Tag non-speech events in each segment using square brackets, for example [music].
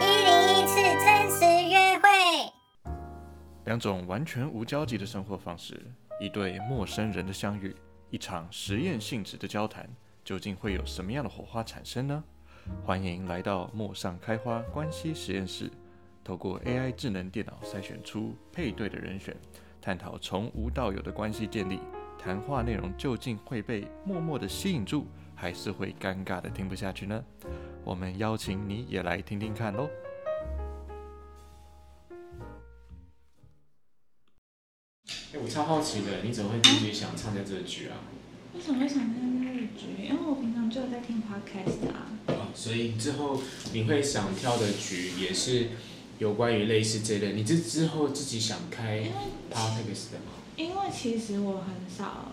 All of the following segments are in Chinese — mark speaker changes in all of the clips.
Speaker 1: 一零一次真实约会。
Speaker 2: 两种完全无交集的生活方式，一对陌生人的相遇，一场实验性质的交谈，究竟会有什么样的火花产生呢？欢迎来到陌上开花关系实验室，透过 AI 智能电脑筛选出配对的人选，探讨从无到有的关系建立。谈话内容究竟会被默默的吸引住，还是会尴尬的听不下去呢？我们邀请你也来听听看喽。
Speaker 3: 哎、我超好奇的，你怎么会自己想参加这个剧啊？
Speaker 4: 为什么会想看日剧？因为我平常就有在听 podcast 啊。
Speaker 3: 哦，所以之后你会想跳的剧也是有关于类似这类，你是之后自己想开
Speaker 4: 因为
Speaker 3: podcast 的吗？
Speaker 4: 因为其实我很少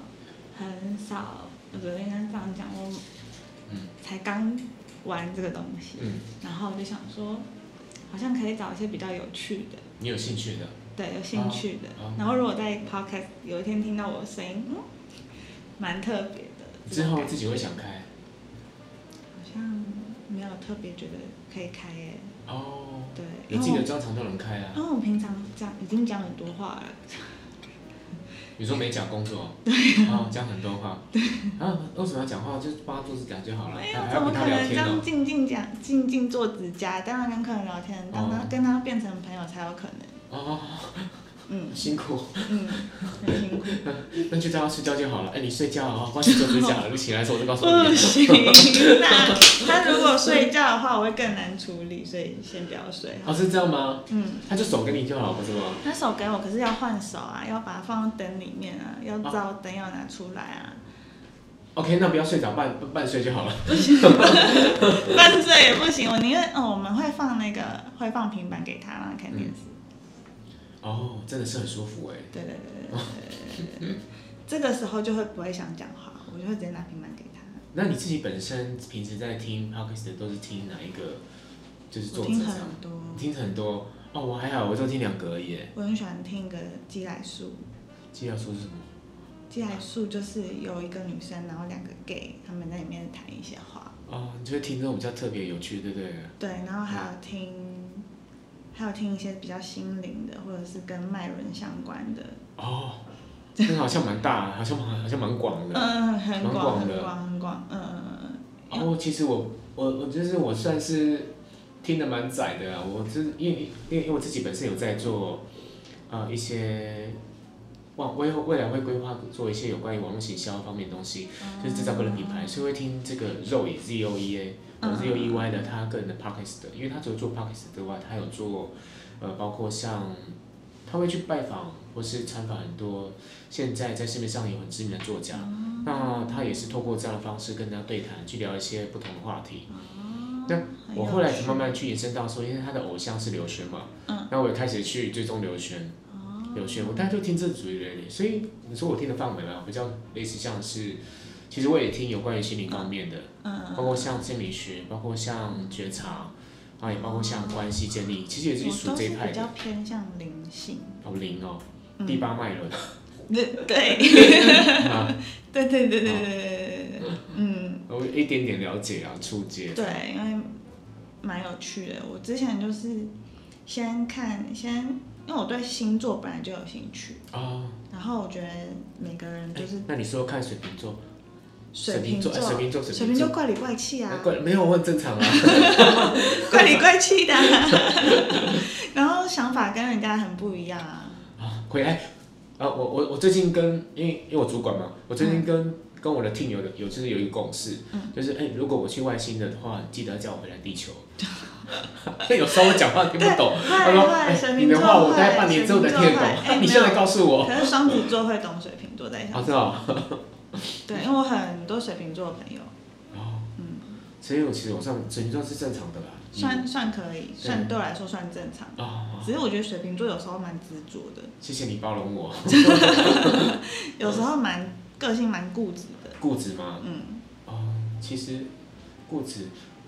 Speaker 4: 很少，我觉得应该这样讲，我
Speaker 3: 嗯
Speaker 4: 才刚玩这个东西，
Speaker 3: 嗯，
Speaker 4: 然后我就想说，好像可以找一些比较有趣的，
Speaker 3: 你有兴趣的？
Speaker 4: 对，有兴趣的。
Speaker 3: 哦哦
Speaker 4: 然后如果在 podcast 有一天听到我的声音，嗯，蛮特别的。
Speaker 3: 之后
Speaker 4: 这种感
Speaker 3: 自
Speaker 4: 觉
Speaker 3: 己会想开？
Speaker 4: 好像没有特别觉得可以开耶、
Speaker 3: 哦，
Speaker 4: 对，
Speaker 3: 你
Speaker 4: 因
Speaker 3: 自己的
Speaker 4: 为我
Speaker 3: 专长都能开啊？
Speaker 4: 因为我平常讲已经讲很多话了。
Speaker 3: 你说没讲工作？对
Speaker 4: 啊
Speaker 3: 哦，讲很多话。对。啊，为什么要讲话？就帮他做指甲就好了，
Speaker 4: 没有
Speaker 3: 还，还
Speaker 4: 怎
Speaker 3: 要
Speaker 4: 么
Speaker 3: 跟
Speaker 4: 可
Speaker 3: 他聊
Speaker 4: 能这
Speaker 3: 天
Speaker 4: 样
Speaker 3: 哦。
Speaker 4: 静静讲、静静做指甲？当然跟客人聊天，当他
Speaker 3: 哦
Speaker 4: 跟他变成朋友才有可能。
Speaker 3: 哦，
Speaker 4: 嗯
Speaker 3: 辛苦，
Speaker 4: 嗯，很辛苦。
Speaker 3: 那就叫他睡觉就好了。哎、你睡觉啊，帮
Speaker 4: [laughs]
Speaker 3: 你做指甲了，你起来的时候我就告诉
Speaker 4: 不
Speaker 3: 你。 [laughs]
Speaker 4: 行，那他如果睡觉的话，我会更难处理，所以先不要睡。
Speaker 3: 哦，是这样吗？
Speaker 4: 嗯，
Speaker 3: 他就手给你就好，不是吗？
Speaker 4: 那手给我，可是要换手啊，要把它放到灯里面啊，要照灯要拿出
Speaker 3: [laughs]
Speaker 4: 来啊，
Speaker 3: OK，那不要睡着，半半睡就好了。
Speaker 4: 半睡也不行。我宁愿哦，我们会放那个，会放平板给他，让他看电视。
Speaker 3: 哦，真的是很舒服哎。
Speaker 4: 对对对对对对对对。这个时候就会不会想讲话，我就会直接拿平板给他。
Speaker 3: 那你自己本身平时在听 podcast 的都是听哪一个？就是作
Speaker 4: 我
Speaker 3: 者
Speaker 4: 听
Speaker 3: 这样？
Speaker 4: 很多，
Speaker 3: 你听很多哦，我还好，我就听两个而已耶。
Speaker 4: 我很喜欢听一个寄来树。
Speaker 3: 接下来说是什么？
Speaker 4: 寄来树就是有一个女生，然后两个 gay，他们在里面谈一些话。
Speaker 3: 哦，你就会听这种比较特别有趣，对不对？
Speaker 4: 对，然后还有听，还有听一些比较心灵的，或者是跟脉轮相关的。
Speaker 3: 哦，那个好像蛮大，好像蛮好像蛮广的。
Speaker 4: 嗯，很
Speaker 3: 蛮
Speaker 4: 广
Speaker 3: 广
Speaker 4: 很
Speaker 3: 的
Speaker 4: 广很广，嗯嗯嗯
Speaker 3: 哦，其实我我我就是我算是听的蛮窄的啊，我就是因为因为因为我自己本身有在做呃一些往未未来会规划做一些有关于网络行销方面的东西，
Speaker 4: 嗯。
Speaker 3: 就是制造个人品牌，所以会听这个 Zoe Z O E A
Speaker 4: 嗯
Speaker 3: 呃 Z O E Y 的他个人的 podcast 的，因为他除了做 podcast 之外，他有做呃包括像他会去拜访或是参访很多现在在市面上有很知名的作家，那他也是透过这样的方式跟他对谈，去聊一些不同的话题。那
Speaker 4: 嗯很
Speaker 3: 我
Speaker 4: 有
Speaker 3: 后来才
Speaker 4: 趣
Speaker 3: 慢慢去延伸到说，因为他的偶像是刘轩嘛，
Speaker 4: 嗯哦
Speaker 3: 那我也开始去追踪刘轩，刘轩，我大概就听这主流的，所以你说我听的范围嘛，比较类似像是，其实我也听有关于心灵方面的，
Speaker 4: 嗯
Speaker 3: 包括像心理学，包括像觉察，啊，也包括像关系建立，其实也是
Speaker 4: 我
Speaker 3: 属
Speaker 4: 都
Speaker 3: 这
Speaker 4: 是
Speaker 3: 一派
Speaker 4: 比嗯较
Speaker 3: 的，
Speaker 4: 偏向灵性。
Speaker 3: 哦灵哦，第八脉轮，
Speaker 4: 对
Speaker 3: [laughs]
Speaker 4: 对
Speaker 3: 啊，哦
Speaker 4: 对对对对对对对对，嗯。
Speaker 3: 我有一点点了解啊，初阶，
Speaker 4: 对，因为蛮有趣的。我之前就是先看先，因为我对星座本来就有兴趣，
Speaker 3: 哦，
Speaker 4: 然后我觉得每个人就是
Speaker 3: 哎那你说看水瓶座，水
Speaker 4: 瓶
Speaker 3: 瓶座，
Speaker 4: 座，
Speaker 3: 哎水瓶座，
Speaker 4: 水
Speaker 3: 水
Speaker 4: 瓶
Speaker 3: 瓶
Speaker 4: 座
Speaker 3: 座，
Speaker 4: 怪里怪气啊
Speaker 3: 那，怪没有问正常啊， [laughs]
Speaker 4: 怪里怪气的啊、
Speaker 3: [laughs]
Speaker 4: [laughs] 然后想法跟人家很不一样啊。
Speaker 3: 啊，回来啊！我我我最近跟因为因为我主管嘛，我最
Speaker 4: 嗯
Speaker 3: 近跟、跟我的 team 有的有就是有一个共识，就是哎、如果我去外星的话，记得叫我回来地球。 [laughs] 有时候我讲话听不懂，他说
Speaker 4: 坏
Speaker 3: 哎、
Speaker 4: 水瓶
Speaker 3: 你的
Speaker 4: 座
Speaker 3: 话我大概
Speaker 4: 坏
Speaker 3: 半年之后才
Speaker 4: 水
Speaker 3: 听
Speaker 4: 瓶
Speaker 3: 得懂，
Speaker 4: 座坏哎
Speaker 3: [laughs] 你现在
Speaker 4: 没有嗯
Speaker 3: 告诉我，
Speaker 4: 可是双子座会懂水瓶座在
Speaker 3: 啊，
Speaker 4: 想
Speaker 3: 知
Speaker 4: 什么，
Speaker 3: 道。
Speaker 4: 对，因为我很多水瓶座的朋友，
Speaker 3: 哦，所以我其实我算水瓶座是正常的啦，
Speaker 4: 嗯算算可以，算对我来说算正常。
Speaker 3: 嗯哦，
Speaker 4: 只是我觉得水瓶座有时候蛮执着的，
Speaker 3: 谢谢你包容我，
Speaker 4: 有时候蛮个性蛮固执的， [laughs]
Speaker 3: 固执吗？
Speaker 4: 嗯，
Speaker 3: 哦，其实固执，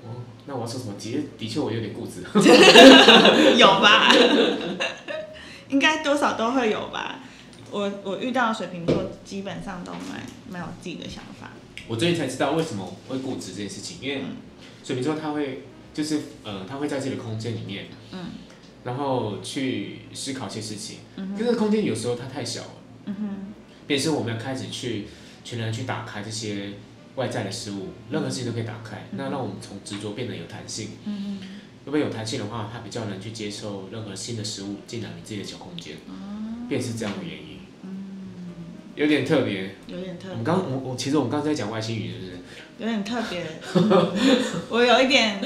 Speaker 3: 哦，那我要说什么？其实的确我有点固执。
Speaker 4: 有吧？ [laughs] 应该多少都会有吧。我我遇到的水瓶座基本上都蛮蛮有自己的想法，嗯
Speaker 3: 我最近才知道为什么会固执这件事情，因为水瓶座他会就是呃，他会在这个空间里面，
Speaker 4: 嗯，
Speaker 3: 然后去思考一些事情。嗯、这个空间有时候它太小了，
Speaker 4: 嗯哼，
Speaker 3: 便是我们要开始去全然去打开这些外在的事物，任何事情都可以打开。那让我们从执着变得有弹性。
Speaker 4: 嗯
Speaker 3: 如果有弹性的话，它比较能去接受任何新的事物进来你自己的小空间，
Speaker 4: 哦
Speaker 3: 便是这样的原因。
Speaker 4: 嗯
Speaker 3: 有点特别。
Speaker 4: 哼，有点特
Speaker 3: 我
Speaker 4: 别
Speaker 3: 们，刚我我其实我们刚才在讲外星语，是不是？
Speaker 4: 有点特别， [laughs] 我有一点， [laughs]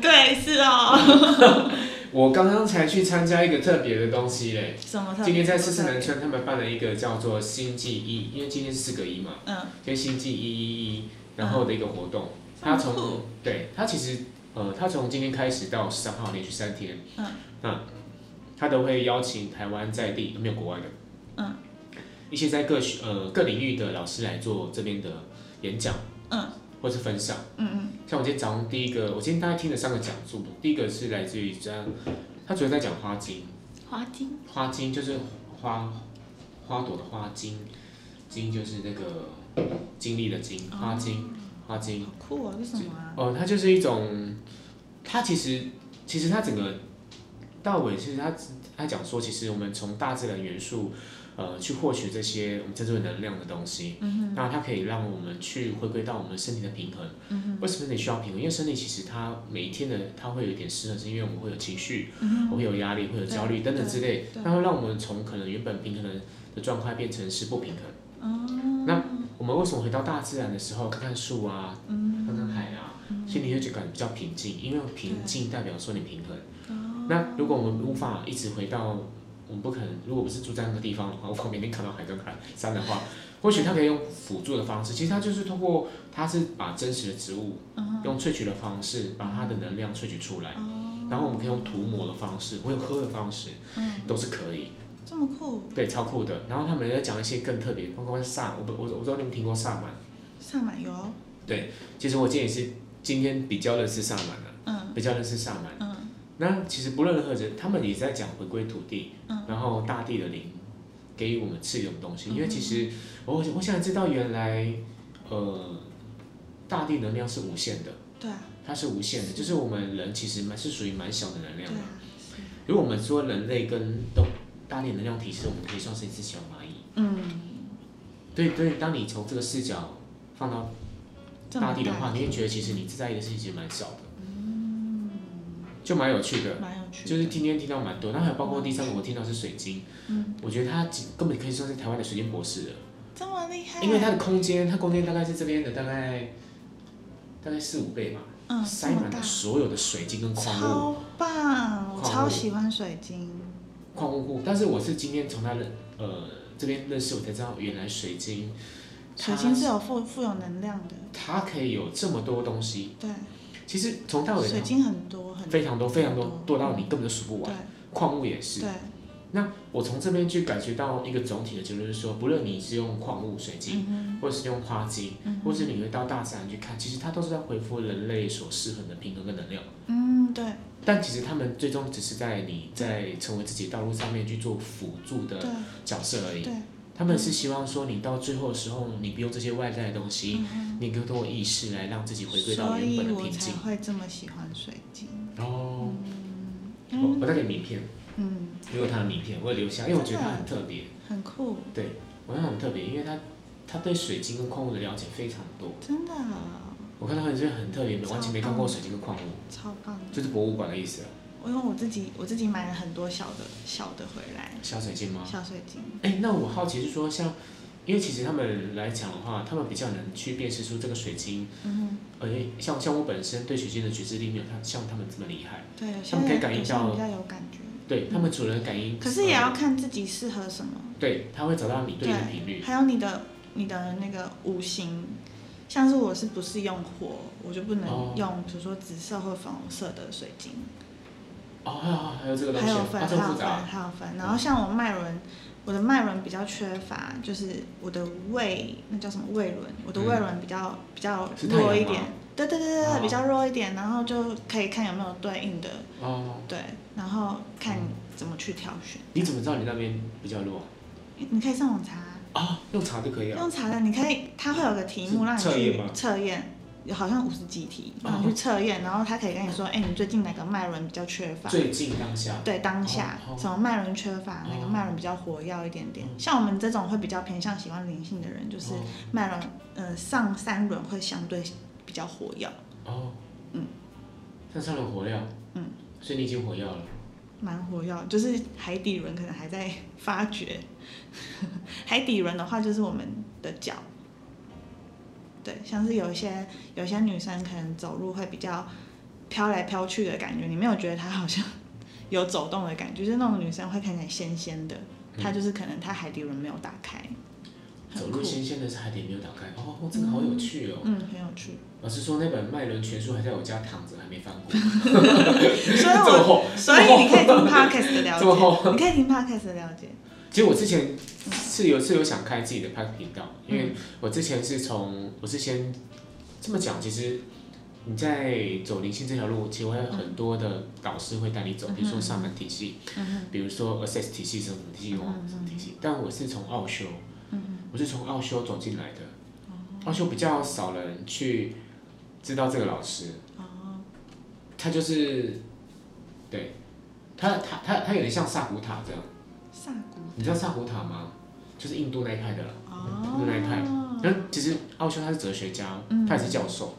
Speaker 4: 对，是哦，
Speaker 3: 我刚刚才去参加一个特别的东西嘞，
Speaker 4: 什么特别？
Speaker 3: 今天在四四
Speaker 4: 什
Speaker 3: 南
Speaker 4: 么特别
Speaker 3: 村他们办了一个叫做“星际一”，因为今天是四个一嘛，
Speaker 4: 嗯，
Speaker 3: 就“星际一一一”然后的一个活动。他
Speaker 4: 这
Speaker 3: 从
Speaker 4: 么酷
Speaker 3: 对他其实呃，他从今天开始到十三号连续三天，
Speaker 4: 嗯，
Speaker 3: 那他都会邀请台湾在地没有国外的，
Speaker 4: 嗯，
Speaker 3: 一些在各学呃各领域的老师来做这边的演讲，
Speaker 4: 嗯，
Speaker 3: 或是分享。
Speaker 4: 嗯嗯
Speaker 3: 像我今天早上第一个，我今天大概听了三个讲座，第一个是来自于这样，他主要在讲花精。
Speaker 4: 花精，
Speaker 3: 花精就是花花朵的花精，精就是那个经历的经，花精，花精
Speaker 4: 好。酷哦，这是什么啊？
Speaker 3: 哦、它就是一种，它其实其实它整个到尾，其实它它讲说，其实我们从大自然元素，呃，去获取这些我们称之为能量的东西。嗯、那它可以让我们去回归到我们身体的平衡。嗯、为什么身体需要平衡？因为身体其实它每一天的它会有一点失衡，是因为我们会有情绪，我会有压力，会有焦虑等等之类，它会让我们从可能原本平衡的状态变成是不平衡。
Speaker 4: 哦，
Speaker 3: 那我们为什么回到大自然的时候，看看树啊，看看海啊，心里就觉得比较平静，因为平静代表说你平衡。那如果我们无法一直回到，我们不可能，如果不是住在那个地方的话，我每天看到海跟海山的话，或许它可以用辅助的方式，其实它就是通过，它是把真实的植物用萃取的方式把它的能量萃取出来，然后我们可以用涂抹的方式，或用喝的方式，都是可以。
Speaker 4: 这么酷，
Speaker 3: 对，超酷的。然后他们在讲一些更特别，包括萨，我不我我不知道你们听过萨满。
Speaker 4: 萨满油，
Speaker 3: 其实我今天也是今天比较认识萨满了、
Speaker 4: 嗯
Speaker 3: 比较认识萨满。
Speaker 4: 嗯
Speaker 3: 那其实不论任何人，他们也在讲回归土地，
Speaker 4: 嗯
Speaker 3: 然后大地的灵给予我们赐予我们东西。因为其实我我想知道原来呃大地能量是无限的，
Speaker 4: 对啊，
Speaker 3: 它是无限的，就是我们人其实蛮是属于蛮小的能
Speaker 4: 对
Speaker 3: 量的。
Speaker 4: 啊，是
Speaker 3: 如果我们说人类跟动大地能量体是，我们可以算是一只小蚂蚁。
Speaker 4: 嗯，
Speaker 3: 对对，当你从这个视角放到
Speaker 4: 这么
Speaker 3: 大地的
Speaker 4: 大
Speaker 3: 话，你会觉得其实你在意的事情其实蛮少的，
Speaker 4: 嗯
Speaker 3: 就蛮有趣的。
Speaker 4: 蛮有趣的，
Speaker 3: 就是今天听到蛮多，那还有包括第三个我听到是水晶，
Speaker 4: 嗯
Speaker 3: 我觉得它根本可以算是台湾的水晶博士了，
Speaker 4: 这么厉害，
Speaker 3: 因为它的空间，它空间大概是这边的大概大概四五倍吧，
Speaker 4: 嗯这
Speaker 3: 塞
Speaker 4: 么
Speaker 3: 满
Speaker 4: 大
Speaker 3: 了，所有的水晶跟矿物
Speaker 4: 超棒，
Speaker 3: 矿
Speaker 4: 我
Speaker 3: 物
Speaker 4: 超喜欢水晶，
Speaker 3: 矿物库。但是我是今天从他认呃这边认识，我才知道原来水晶，
Speaker 4: 水
Speaker 3: 它
Speaker 4: 晶是有富富有能量的，
Speaker 3: 它可以有这么多东西。
Speaker 4: 对，
Speaker 3: 其实从到尾
Speaker 4: 水晶很多很
Speaker 3: 非常多非常多
Speaker 4: 很，
Speaker 3: 多到你根本就数不
Speaker 4: 对
Speaker 3: 完。矿物也是。
Speaker 4: 对，
Speaker 3: 那我从这边去感觉到一个总体的结论是说，不论你是用矿物、水晶，
Speaker 4: 嗯
Speaker 3: 或是用花精，
Speaker 4: 嗯
Speaker 3: 或是你会到大自然去看，其实它都是在回复人类所失衡的平衡跟能量。
Speaker 4: 哼嗯对
Speaker 3: 但其实他们最终只是在你在成为自己道路上面去做辅助的
Speaker 4: 对
Speaker 3: 角色而已。
Speaker 4: 对，
Speaker 3: 他们是希望说，你到最后的时候，你不用这些外在的东西，
Speaker 4: 嗯哼
Speaker 3: 你更多的意识来让自己回归到
Speaker 4: 所
Speaker 3: 原
Speaker 4: 以
Speaker 3: 本的
Speaker 4: 我
Speaker 3: 平
Speaker 4: 才
Speaker 3: 静。
Speaker 4: 会这么喜欢水晶，
Speaker 3: 哦，我
Speaker 4: 嗯
Speaker 3: 我带给你名片，
Speaker 4: 嗯，
Speaker 3: 因为他的名片我也留下，因为我觉得它
Speaker 4: 真的
Speaker 3: 很特别。
Speaker 4: 很酷，
Speaker 3: 我觉得很特别，因为他他对水晶跟矿物的了解非常多。
Speaker 4: 真的
Speaker 3: 我看到很很特别，完全没看过水晶跟矿物，
Speaker 4: 超棒的。
Speaker 3: 就是博物馆的意思啊。
Speaker 4: 因为我自己我自己买了很多小的小的回来，
Speaker 3: 小水晶吗？
Speaker 4: 小水晶。
Speaker 3: 哎，那我好奇是说，像因为其实他们来讲的话，他们比较能去辨识出这个水晶，
Speaker 4: 嗯
Speaker 3: 而且像像我本身对水晶的觉知力没有他像他们这么厉害
Speaker 4: 哼，，对，有些
Speaker 3: 他们可以
Speaker 4: 人
Speaker 3: 感应
Speaker 4: 有些人
Speaker 3: 到
Speaker 4: 比较有感觉，
Speaker 3: 对他们除了感应，
Speaker 4: 嗯可是也
Speaker 3: 呃
Speaker 4: 要看自己适合什么，
Speaker 3: 对，他会找到你对应的频率。
Speaker 4: 还有你的你的那个五行，像是我是不是用火，我就不
Speaker 3: 哦
Speaker 4: 能用，比如说紫色或粉红色的水晶，
Speaker 3: 哦，还有还有这个东西
Speaker 4: 还有
Speaker 3: 啊，
Speaker 4: 分
Speaker 3: 它这
Speaker 4: 还
Speaker 3: 么
Speaker 4: 有
Speaker 3: 复
Speaker 4: 分
Speaker 3: 杂。嗯
Speaker 4: 还有分。然后像我脉轮，我的脉轮比较缺乏，就是我的胃那叫什么胃轮，我的胃轮比较比较
Speaker 3: 嗯是太阳
Speaker 4: 弱一
Speaker 3: 吗
Speaker 4: 点，对对对对
Speaker 3: 哦
Speaker 4: 对，比较弱一点，然后就可以看有没有对应的。
Speaker 3: 哦，
Speaker 4: 对，然后看
Speaker 3: 嗯
Speaker 4: 怎么去挑选。
Speaker 3: 你怎么知道你那边比较弱？
Speaker 4: 诶你可以上网查，
Speaker 3: 啊，用查就可以了。
Speaker 4: 用查的，你可以，它会有个题目
Speaker 3: 是
Speaker 4: 让你
Speaker 3: 测验
Speaker 4: 去
Speaker 3: 吗哦
Speaker 4: 测验，好像五十几题，然后去测验，然后他可以跟你说，哎、你最近哪个脉轮比较缺乏？
Speaker 3: 最近当下，
Speaker 4: 对当下
Speaker 3: 哦哦
Speaker 4: 什么脉轮缺乏，哪个
Speaker 3: 哦
Speaker 4: 脉轮比较活跃一点点
Speaker 3: 嗯？
Speaker 4: 像我们这种会比较偏向喜欢灵性的人，就是
Speaker 3: 哦
Speaker 4: 脉轮，呃，上三轮会相对比较活跃，
Speaker 3: 哦，
Speaker 4: 嗯，
Speaker 3: 上上轮火药，
Speaker 4: 嗯，
Speaker 3: 所以你已经火药了，
Speaker 4: 蛮活跃，就是海底轮可能还在发掘。 [laughs] 海底轮的话，就是我们的脚，对，像是有一些有一些女生可能走路会比较飘来飘去的感觉，你没有觉得她好像有走动的感觉，就是那种女生会看起来仙仙的，她就是可能她海底轮没有打开，
Speaker 3: 走
Speaker 4: 很酷
Speaker 3: 入，新鲜的是海底没有打开，哦，这个好有趣哦。
Speaker 4: 嗯，很有趣。
Speaker 3: 老实说，那本《脉轮全书》还在我家躺着，还没翻过，
Speaker 4: 所以
Speaker 3: 这么 [laughs]
Speaker 4: [laughs] 我，
Speaker 3: 厚，
Speaker 4: 所以你可以听 podcast 的了
Speaker 3: 这么
Speaker 4: 解，
Speaker 3: 厚
Speaker 4: 你可以听 podcast 的了解，
Speaker 3: 其实我之前是有是有想开自己的 p a 频道，因为我之前是从我是先这么讲，其实你在走灵性这条路，其实会有很多的导师会带你走，比如说上门体系，比如说 assess 体系什么体系，什么体系。但我是从奥修，我是从奥修走进来的，奥修比较少人去知道这个老师，
Speaker 4: 哦
Speaker 3: 他就是对他他他他有点像萨古塔这样。
Speaker 4: 萨古
Speaker 3: 你知道萨古塔吗？就是印度那一派的啦。
Speaker 4: 哦
Speaker 3: 那一派那其实奥修他是哲学家，他也是教授。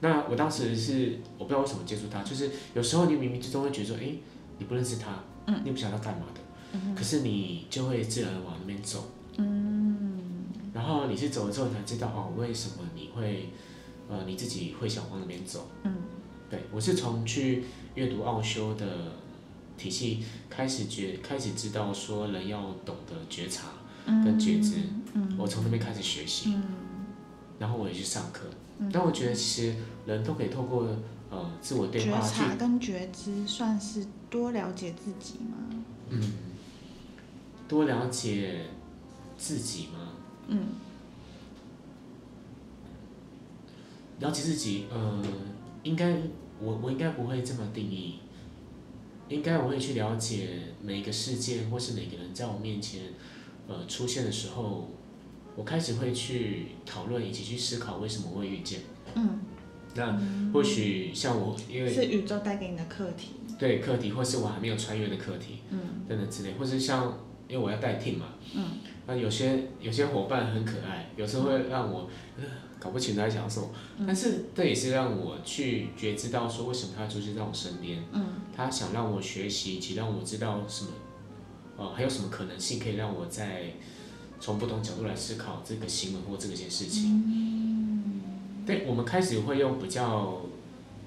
Speaker 3: 那我当时是我不知道为什么接触他，就是有时候你冥冥之中会觉得说，哎、你不认识他，
Speaker 4: 嗯
Speaker 3: 你也不晓得他干嘛的，可是你就会自然往那边走。
Speaker 4: 嗯
Speaker 3: 然后你是走了之后，你才知道哦，为什么你会，呃，你自己会想往那边走。
Speaker 4: 嗯
Speaker 3: 对我是从去阅读奥修的体系开始觉，开始知道说人要懂得觉察
Speaker 4: 嗯
Speaker 3: 跟觉知。我从那边开始学习，然后我也去上课。
Speaker 4: 嗯
Speaker 3: 但我觉得其实人都可以透过呃自我对
Speaker 4: 觉
Speaker 3: 话去
Speaker 4: 察跟觉知算是多了解自己吗？
Speaker 3: 多了解自己吗？嗯，了解自己，呃，应该我我应该不会这么定义，应该我会去了解每个事件或是每个人在我面前呃出现的时候，我开始会去讨论以及去思考为什么会遇见。
Speaker 4: 嗯，
Speaker 3: 那或许像我，因为
Speaker 4: 是宇宙带给你的课题。
Speaker 3: 对课题，或是我还没有穿越的课题，嗯，等等之类，或是像因为我要带 team 嘛，嗯，那有些有些伙伴很可爱，有时候会让我、呃搞不清楚他在想什么，但是这也是让我去觉知到说为什么他出现在我身边，嗯，他想让我学习，以及让我知道什么，呃，还有什么可能性可以让我在从不同角度来思考这个行为或这个件事情。嗯对，我们开始会用比较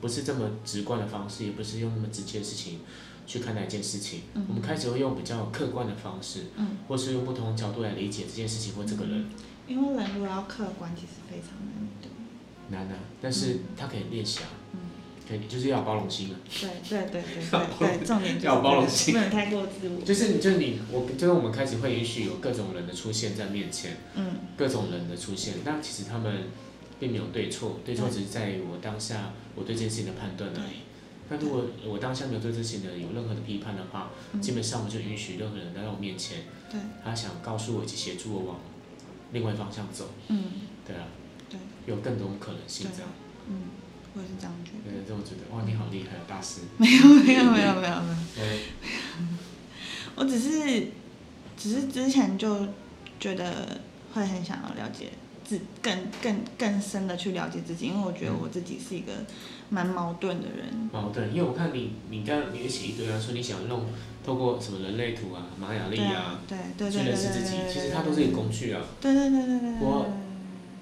Speaker 3: 不是这么直观的方式，也不是用那么直接的事情去看待一件事情。我们开始会用比较客观的方式，
Speaker 4: 嗯
Speaker 3: 或是用不同角度来理解这件事情或这个人
Speaker 4: 因为人如果要客观，其实非常难的。
Speaker 3: 难啊，但是他可以练习啊，可以就是要有包容心啊。
Speaker 4: 对对对对对
Speaker 3: [laughs]
Speaker 4: 对，重点就是
Speaker 3: 要包容性
Speaker 4: 不能太过自我。
Speaker 3: 就是就是你我就是我们开始会允许有各种人的出现在面前，
Speaker 4: 嗯，
Speaker 3: 各种人的出现，但其实他们并没有对错，对错只是在于我当下我对这件事情的判断而已。那如果我当下没有对这件事情的有任何的批判的话，基本上我就允许任何人来到我面前，
Speaker 4: 对，
Speaker 3: 他想告诉我以及协助我往另外方向走，
Speaker 4: 嗯，
Speaker 3: 对啊，
Speaker 4: 对，
Speaker 3: 有更多可能性
Speaker 4: 对
Speaker 3: 这样。
Speaker 4: 嗯，我也是这样觉得。
Speaker 3: 对，这我觉得哇，你好厉害啊，大师。
Speaker 4: 没有没有没有没有没有，
Speaker 3: 嗯
Speaker 4: 我只是只是之前就觉得会很想要了解自更更更深的去了解自己，因为我
Speaker 3: 嗯
Speaker 4: 觉得我自己是一个蛮矛盾的人。
Speaker 3: 矛盾，因为我看你，你刚刚你也写一堆啊，说你想弄透过什么人类图啊、玛雅历
Speaker 4: 对啊
Speaker 3: 啊，，
Speaker 4: 对对
Speaker 3: 去
Speaker 4: 对对
Speaker 3: 认
Speaker 4: 对
Speaker 3: 识自己，
Speaker 4: 对，
Speaker 3: 其实它都是一个工具啊。
Speaker 4: 对对对对对。
Speaker 3: 我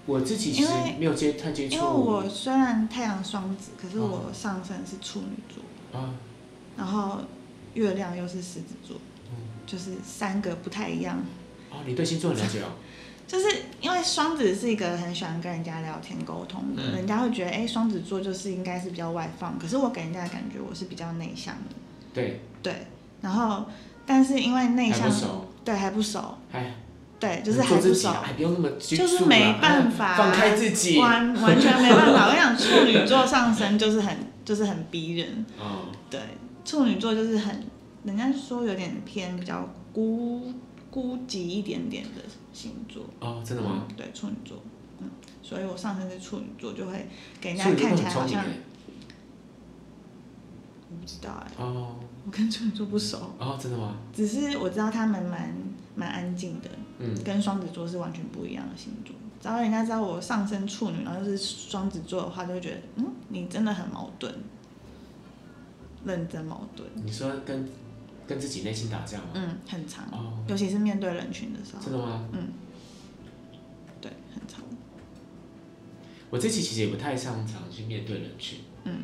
Speaker 3: 我自己其实
Speaker 4: 因为
Speaker 3: 没有接太接触
Speaker 4: 因为我虽然太阳双子，可是我
Speaker 3: 嗯
Speaker 4: 上身是处女座，
Speaker 3: 啊，
Speaker 4: 然后月亮又是狮子座，
Speaker 3: 嗯
Speaker 4: 就是三个不太一样。
Speaker 3: 哦，你对星座很了解哦，
Speaker 4: [laughs] 就是因为双子是一个很喜欢跟人家聊天沟通的，
Speaker 3: 嗯
Speaker 4: 人家会觉得哎，双、子座就是应该是比较外放，可是我给人家的感觉我是比较内向的，
Speaker 3: 对，
Speaker 4: 对。然后，但是因为内
Speaker 3: 还
Speaker 4: 向
Speaker 3: 不，熟，
Speaker 4: 对还不熟，
Speaker 3: 哎，
Speaker 4: 对，就是
Speaker 3: 做
Speaker 4: 还不
Speaker 3: 自己
Speaker 4: 熟
Speaker 3: 啊，，哎，不用那么拘束
Speaker 4: 就
Speaker 3: 啦
Speaker 4: 是没办法，
Speaker 3: 放开自己，
Speaker 4: 完完全没办法。我跟你讲，处女座上升就是很就是很逼人，
Speaker 3: 嗯，
Speaker 4: 对，处女座就是很，人家说有点偏比较孤孤寂一点点的星座。
Speaker 3: 哦，真的吗？
Speaker 4: 嗯？对，处女座，嗯，所以我上升是处女座，就会给人家
Speaker 3: 所以你
Speaker 4: 看起
Speaker 3: 很
Speaker 4: 来
Speaker 3: 聪
Speaker 4: 好
Speaker 3: 明
Speaker 4: 像
Speaker 3: 哎。
Speaker 4: 我不知道哎、
Speaker 3: 哦
Speaker 4: 我跟处女座不熟，
Speaker 3: 哦，真的吗？
Speaker 4: 只是我知道他们蛮蛮安静的，
Speaker 3: 嗯，
Speaker 4: 跟双子座是完全不一样的星座。只要人家知道我上升处女，然后又是双子座的话，就会觉得嗯，你真的很矛盾，认真矛盾，
Speaker 3: 你说跟跟自己内心打架吗？
Speaker 4: 嗯，很长，
Speaker 3: 哦，
Speaker 4: 尤其是面对人群的时候
Speaker 3: 真，的吗？
Speaker 4: 嗯，对，很长，
Speaker 3: 我自己其实也不太擅长去面对人群，
Speaker 4: 嗯，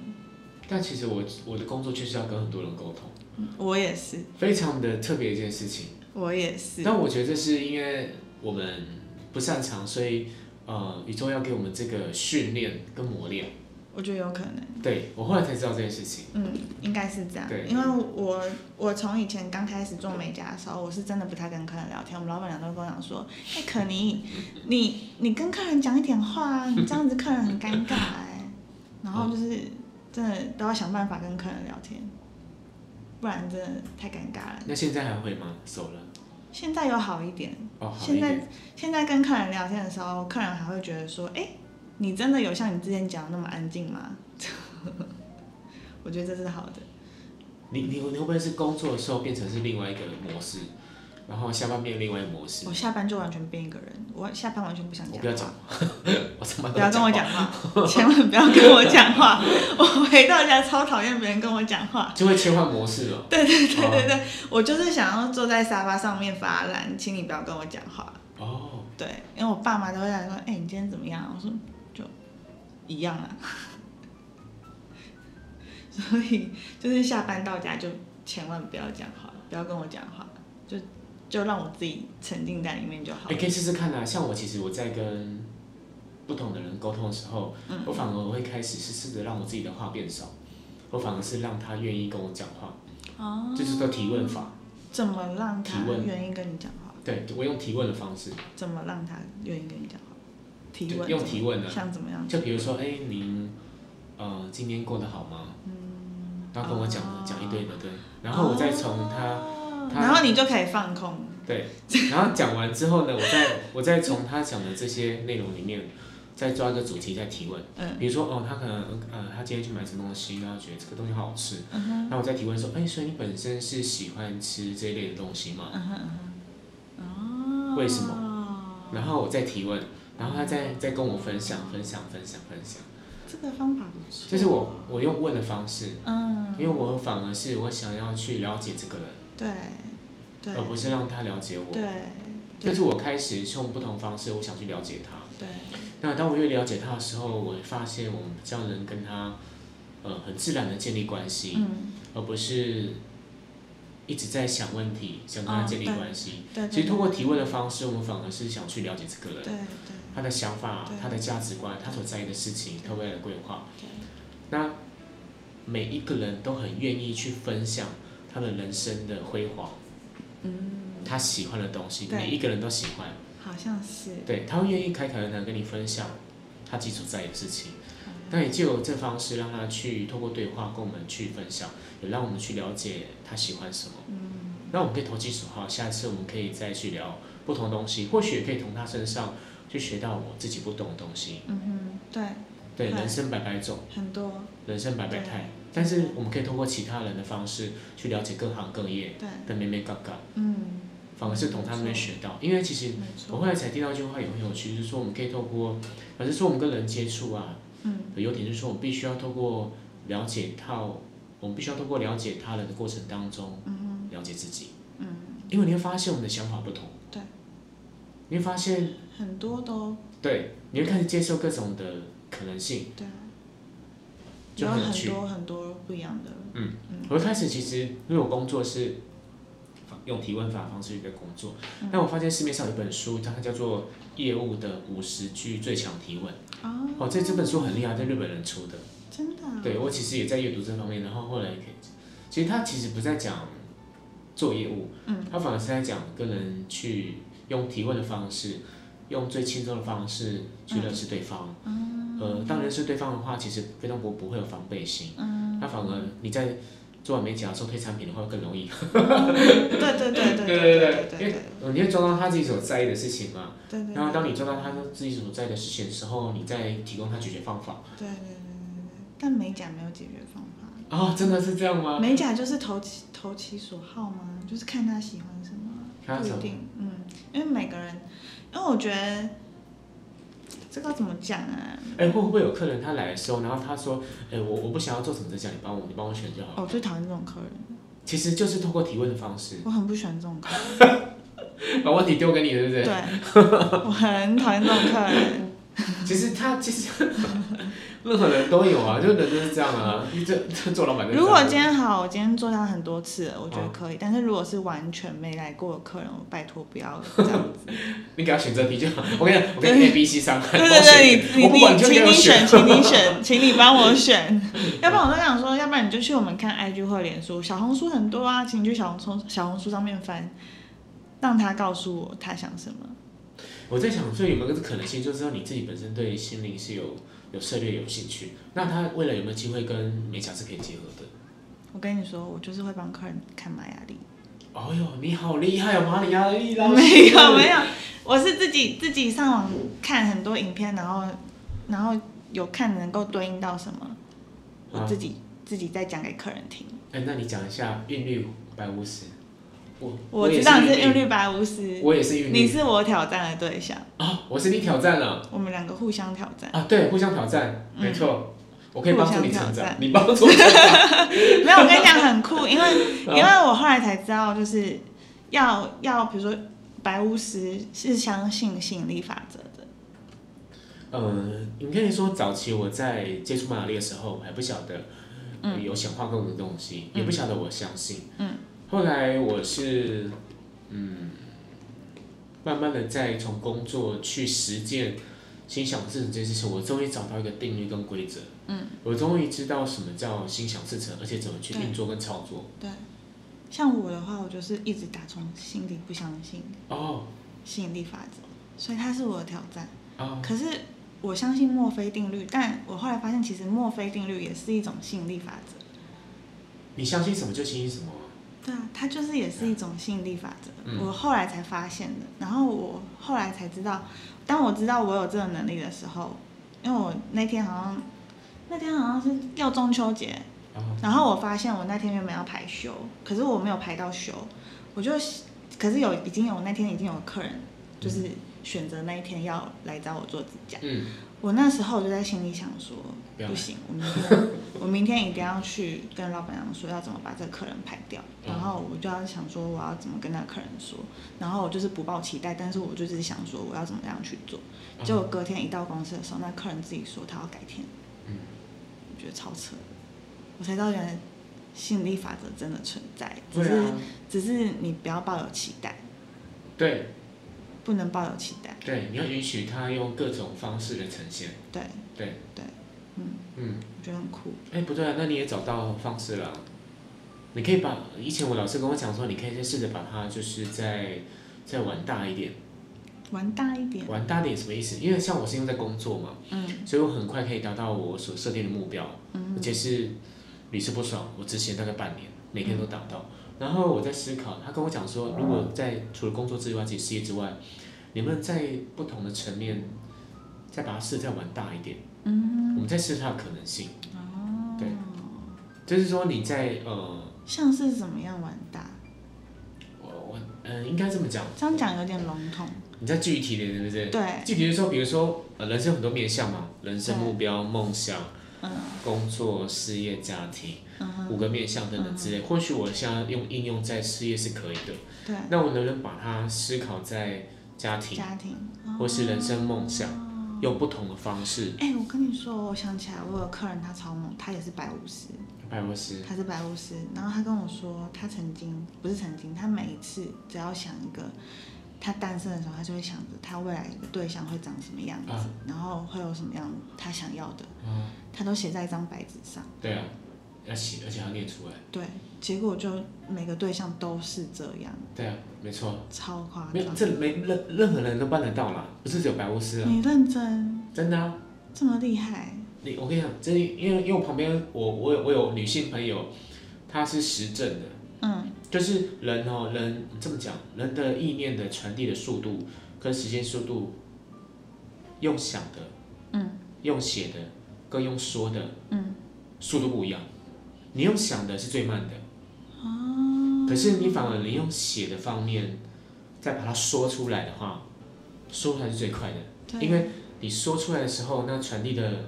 Speaker 3: 但其实我我的工作确实要跟很多人沟通，
Speaker 4: 嗯我也是，
Speaker 3: 非常的特别一件事情。
Speaker 4: 我也是，
Speaker 3: 但我觉得这是因为我们不擅长，所以呃，宇宙要给我们这个训练跟磨练。
Speaker 4: 我觉得有可能。
Speaker 3: 对我后来才知道这件事情。
Speaker 4: 嗯，应该是这样
Speaker 3: 对，
Speaker 4: 因为我我从以前刚开始做美甲的时候，我是真的不太跟客人聊天，我们老板娘都跟我讲说，哎、可妮，你你跟客人讲一点话啊，你这样子客人很尴尬哎、然后就是真的都要想办法跟客人聊天，不然真的太尴尬了。
Speaker 3: 那现在还会吗？熟了。
Speaker 4: 现在有好一点，
Speaker 3: 哦，好一
Speaker 4: 现在
Speaker 3: 点。
Speaker 4: 现在跟客人聊天的时候，客人还会觉得说，哎、你真的有像你之前讲的那么安静吗？ [laughs] 我觉得这是好的。
Speaker 3: 你你你会不会是工作的时候变成是另外一个模式，然后下班变另外一个模式
Speaker 4: 我？下班就完全变一个人，我下班完全不想
Speaker 3: 我
Speaker 4: 讲
Speaker 3: 不要
Speaker 4: 话
Speaker 3: 讲，， [laughs] 我上班
Speaker 4: 不要跟我
Speaker 3: 话 [laughs]
Speaker 4: 讲，话，千万不要跟我讲话。我回到家超讨厌别人跟我讲话。
Speaker 3: 就会切换模式了。
Speaker 4: 对对对对
Speaker 3: 哦
Speaker 4: 对，我就是想要坐在沙发上面发懒，请你不要跟我讲话。
Speaker 3: 哦，
Speaker 4: 对，因为我爸妈都会来说，哎、你今天怎么样？我说就一样啊。所以就是下班到家就千万不要讲话，不要跟我讲话，就就让我自己沉浸在里面就好
Speaker 3: 哎、
Speaker 4: 了。
Speaker 3: 可以试试看啊。像我其实我在跟不同的人沟通的时候，
Speaker 4: 嗯
Speaker 3: 我反而会开始是试着让我自己的话变少，我反而是让他愿意跟我讲话，
Speaker 4: 哦
Speaker 3: 这就是叫提问法。
Speaker 4: 怎么让他
Speaker 3: 提问
Speaker 4: 愿意跟你讲话？
Speaker 3: 对，我用提问的方式，
Speaker 4: 怎么让他愿意跟你讲话？提
Speaker 3: 对
Speaker 4: 问，
Speaker 3: 用提问的，啊
Speaker 4: 像怎么样？
Speaker 3: 就比如说，哎、您，呃，今天过得好吗？嗯，然后跟我讲
Speaker 4: 哦
Speaker 3: 讲一堆的，对，然后我再从他，
Speaker 4: 哦
Speaker 3: 他
Speaker 4: 然后你就可以放空。
Speaker 3: 对，然后讲完之后呢，我再 [laughs] 我再从他讲的这些内容里面，再抓一个主题再提问。
Speaker 4: 嗯
Speaker 3: 比如说哦，他可能呃，他今天去买什么东西，然后觉得这个东西好好吃，
Speaker 4: 嗯
Speaker 3: 那、我再提问说，哎、所以你本身是喜欢吃这一类的东西吗？
Speaker 4: 嗯哼嗯哼。哦
Speaker 3: 为什
Speaker 4: 么
Speaker 3: 然后我再提问，然后他再再跟我分享分享分享分享，
Speaker 4: 这个方法不错。
Speaker 3: 就是我我用问的方式，因为
Speaker 4: 嗯，
Speaker 3: 我反而是我想要去了解这个人，
Speaker 4: 对对
Speaker 3: 而不是让他了解我。
Speaker 4: 对
Speaker 3: 但是我开始用不同方式，我想去了解他。
Speaker 4: 对，
Speaker 3: 那当我越了解他的时候，我发现我们比较能跟他，呃，很自然的建立关系。
Speaker 4: 嗯，
Speaker 3: 而不是一直在想问题，想跟他建立关系。
Speaker 4: 哦对。
Speaker 3: 其实通
Speaker 4: 通
Speaker 3: 过提问的方式，我们反而是想去了解这个
Speaker 4: 对
Speaker 3: 人，
Speaker 4: 对
Speaker 3: 他的想法
Speaker 4: 对、
Speaker 3: 他的价值观、他所在意的事情、他未来的规划。
Speaker 4: 对，
Speaker 3: 那每一个人都很愿意去分享他的人生的辉煌，
Speaker 4: 嗯，
Speaker 3: 他喜欢的东西，
Speaker 4: 对
Speaker 3: 每一个人都喜欢。
Speaker 4: 好像是。
Speaker 3: 对，他会愿意开口的跟你分享他自己所在意的事情。那也借由这方式，让他去透过对话跟我们去分享，也让我们去了解他喜欢什么。
Speaker 4: 嗯，
Speaker 3: 那我们可以投其所好，下次我们可以再去聊不同的东西，或许也可以从他身上去学到我自己不懂的东西。
Speaker 4: 嗯哼，对，
Speaker 3: 对，
Speaker 4: 对
Speaker 3: 人生百百种，
Speaker 4: 很多，
Speaker 3: 人生百百态，但是我们可以通过其他人的方式去了解各行各业
Speaker 4: 对，
Speaker 3: 的美美嘎嘎，
Speaker 4: 嗯，
Speaker 3: 反而是从他们那边学到。因为其实
Speaker 4: 没
Speaker 3: 我
Speaker 4: 错，
Speaker 3: 后来才听到一句话也很有趣，就是说我们可以透过，反正说我们跟人接触啊，
Speaker 4: 嗯，
Speaker 3: 有点就是说我们必须要透过了解到，我们必须要透过了解他人的过程当中，了解自己。
Speaker 4: 嗯，
Speaker 3: 因为你会发现我们的想法不同，
Speaker 4: 对，
Speaker 3: 你会发现，
Speaker 4: 很多都
Speaker 3: 对，你会开始接受各种的可能性，
Speaker 4: 对啊。
Speaker 3: 就
Speaker 4: 有
Speaker 3: 很有
Speaker 4: 很
Speaker 3: 趣
Speaker 4: 多很多不一样的，嗯
Speaker 3: 我一开始其实因为我工作是用提问法的方式在工作，
Speaker 4: 嗯
Speaker 3: 但我发现市面上有一本书，它叫做《业务的五十句最强提问》。
Speaker 4: 哦，
Speaker 3: 哦，这这本书很厉害，在日本人出的。
Speaker 4: 真的、啊，
Speaker 3: 对我其实也在阅读这方面，然后后来可以，其实他其实不在讲做业务，
Speaker 4: 嗯，
Speaker 3: 他反而是在讲跟人去用提问的方式，用最轻松的方式去认识对方。
Speaker 4: 嗯
Speaker 3: 呃，当认识对方的话，其实对方不不会有防备心，
Speaker 4: 嗯，
Speaker 3: 他反而你在做完美甲的时候推产品的话会更容易。 [laughs]
Speaker 4: 对对对对
Speaker 3: 对
Speaker 4: 对
Speaker 3: 对
Speaker 4: 对
Speaker 3: 因为呃你会抓到他自己所在意的事情嘛。
Speaker 4: 对对。
Speaker 3: 然后当你抓到他自己所在意的事情的时候，你再提供他解决方法。
Speaker 4: 对对对对对，但美甲没有解决方法。
Speaker 3: 啊、真的是这样吗？
Speaker 4: 美甲就是投其投其所好吗？就是看他喜欢什么，
Speaker 3: 看他
Speaker 4: 不
Speaker 3: 什
Speaker 4: 一
Speaker 3: 么
Speaker 4: 定。嗯，因为每个人，因为我觉得这个要怎么讲啊？
Speaker 3: 哎，会不会有客人他来的时候，然后他说，哎，我我不想要做什么指甲，你帮我，你帮我选就好了。
Speaker 4: 哦我最讨厌这种客人，
Speaker 3: 其实就是透过提问的方式， [laughs]
Speaker 4: 我很不喜欢这种客人。
Speaker 3: 把问题丢给你，对不对？
Speaker 4: 对，我很讨厌这种客
Speaker 3: [laughs]
Speaker 4: 人。
Speaker 3: 其实他其实 [laughs] 任何人都有啊，就人就是这样啊，这这做老板就是这样啊。
Speaker 4: 如果今天好，我今天做到很多次了，我
Speaker 3: 嗯
Speaker 4: 觉得可以。但是如果是完全没来过的客人，我拜托不要这样子。
Speaker 3: 你给他选择题就好，我跟你讲，我给你 A、B、C 三个，
Speaker 4: 对
Speaker 3: 帮我选
Speaker 4: 对对，你
Speaker 3: 我不
Speaker 4: 你
Speaker 3: 管
Speaker 4: 你，
Speaker 3: 就给
Speaker 4: 请
Speaker 3: 我 [laughs]
Speaker 4: 你选，请你选，请你帮我选。要不然我都想说，要不然你就去我们看 IG 或脸书，小红书很多啊，请你去小红书小红书上面翻，让他告诉我他想什么。
Speaker 3: 我在想，所以有没有个可能性，就是说你自己本身对心灵是有有涉猎、有兴趣，那他未来有没有机会跟美甲是可以结合的？
Speaker 4: 我跟你说，我就是会帮客人看玛雅
Speaker 3: [laughs]
Speaker 4: 历。
Speaker 3: 哦哟，你好厉害哦，马里亚利老师。
Speaker 4: 没有没有， [laughs] 我是自己自己上网看很多影片，然后然后有看能够对应到什么，我
Speaker 3: 啊
Speaker 4: 自己、自己再讲给客人听。
Speaker 3: 哎，那你讲一下韵律白巫师。我
Speaker 4: 我
Speaker 3: 也
Speaker 4: 知道你是
Speaker 3: 韵
Speaker 4: 韵，律白巫师，
Speaker 3: 我也是韵律。
Speaker 4: 你是我挑战的对象，
Speaker 3: 啊，我是你挑战了
Speaker 4: 我们两个互相挑战。
Speaker 3: 啊，对，互相挑战，没错。我可以帮助你成
Speaker 4: 嗯
Speaker 3: 长
Speaker 4: 互相挑战，
Speaker 3: 你帮助我成长。
Speaker 4: [laughs] 没有，我跟你讲很酷，因为因为我后来才知道，就是要要比如说白巫师是相信吸引力法则的，
Speaker 3: 嗯，你可以说早期我在接触马雅历的时候，我还不晓得、呃有显化功能的东西，也不晓得我相信。
Speaker 4: 嗯。
Speaker 3: 后来我是嗯，慢慢的在从工作去实践心想事成这件事情，我终于找到一个定律跟规则。嗯。我终于知道什么叫心想事成，而且怎么去
Speaker 4: 对
Speaker 3: 运作跟操作。
Speaker 4: 对。像我的话，我就是一直打从心底不相信
Speaker 3: 哦
Speaker 4: 吸引力法则，所以它是我的挑战。
Speaker 3: 哦，
Speaker 4: 可是我相信墨菲定律，但我后来发现，其实墨菲定律也是一种吸引力法则。
Speaker 3: 你相信什么就相信什么啊。
Speaker 4: 对啊，它就是也是一种吸引力法则，
Speaker 3: 嗯
Speaker 4: 我后来才发现的。然后我后来才知道，当我知道我有这个能力的时候，因为我那天好像那天好像是要中秋节，
Speaker 3: 哦
Speaker 4: 然后我发现我那天原本要排休，可是我没有排到休，我就可是有已经有那天已经有客人就是选择那一天要来找我做指甲，
Speaker 3: 嗯，
Speaker 4: 我那时候我就在心里想说，
Speaker 3: 不要
Speaker 4: 不行，我明天 [laughs] 我明天一定要去跟老板娘说要怎么把这个客人排掉，
Speaker 3: 嗯
Speaker 4: 然后我就要想说我要怎么跟那个客人说，然后我就是不抱期待，但是我就是想说我要怎么样去做。结果隔天一到公司的时候，那客人自己说他要改天，
Speaker 3: 嗯
Speaker 4: 我觉得超扯的，我才知道原来吸引力法则真的存在，只
Speaker 3: 对
Speaker 4: 是、
Speaker 3: 啊，
Speaker 4: 只是你不要抱有期待，
Speaker 3: 对
Speaker 4: 不能抱有期待，
Speaker 3: 对，你要允许他用各种方式来呈现。
Speaker 4: 对
Speaker 3: 对
Speaker 4: 对，嗯，
Speaker 3: 嗯，
Speaker 4: 我觉得很酷，
Speaker 3: 哎，不对啊，那你也找到方式了啊。你可以把以前我老师跟我讲说，你可以先试着把它就是再再玩大一点，
Speaker 4: 玩大一点，
Speaker 3: 玩大一点什么意思？因为像我是因为在工作嘛，
Speaker 4: 嗯。
Speaker 3: 所以我很快可以达到我所设定的目标，而且是屡试不爽。我之前大概半年，每天都达到。然后我在思考，他跟我讲说，如果在除了工作之外、自己事业之外，你们在不同的层面再把它试再玩大一点，
Speaker 4: 嗯，
Speaker 3: 我们再试它的可能性。
Speaker 4: 哦，
Speaker 3: 对就是说你在呃
Speaker 4: 像是怎么样玩大？
Speaker 3: 我我嗯、应该这么讲，
Speaker 4: 这样讲有点笼统。
Speaker 3: 你再具体一点，对不对？
Speaker 4: 对，
Speaker 3: 具体就是说，比如说，呃，人生有很多面向嘛，人生
Speaker 4: 对
Speaker 3: 目标、梦想、
Speaker 4: 嗯
Speaker 3: 工作、事业、家庭，
Speaker 4: 嗯哼，嗯
Speaker 3: 五个面向等等之类。或许我现在用应用在事业是可以的，
Speaker 4: 对，
Speaker 3: 那我能不能把它思考在家庭
Speaker 4: 哎家庭
Speaker 3: 或是人生梦想，
Speaker 4: 哦
Speaker 3: 用不同的方式？
Speaker 4: 哎、我跟你说，我想起来，我有客人他超猛，他也是白巫师，
Speaker 3: 拜博士，
Speaker 4: 他是白巫师，然后他跟我说，他曾经不是曾经，他每一次只要想一个他单身的时候，他就会想着他未来的对象会长什么样子，
Speaker 3: 啊
Speaker 4: 然后会有什么样他想要的，
Speaker 3: 啊，
Speaker 4: 他都写在一张白纸上。
Speaker 3: 对啊，要写，而且还要念出来，
Speaker 4: 对，结果就每个对象都是这样，
Speaker 3: 对啊，没错，
Speaker 4: 超夸
Speaker 3: 没
Speaker 4: 张
Speaker 3: 有。这没任任何人都办得到啦，不是只有白博士啊，
Speaker 4: 你认真
Speaker 3: 真的啊。
Speaker 4: 这么厉害，
Speaker 3: 你我跟你讲，这因为因为我旁边我我有我有女性朋友，它是实证的，
Speaker 4: 嗯，
Speaker 3: 就是人哦，人这么讲，人的意念的传递的速度跟时间速度，用想的，
Speaker 4: 嗯，
Speaker 3: 用写的跟用说的，
Speaker 4: 嗯，
Speaker 3: 速度不一样。你用想的是最慢的，
Speaker 4: 啊
Speaker 3: 可是你反而你用写的方面，再把它说出来的话，说出来是最快的。
Speaker 4: 对，
Speaker 3: 因为你说出来的时候，那传递的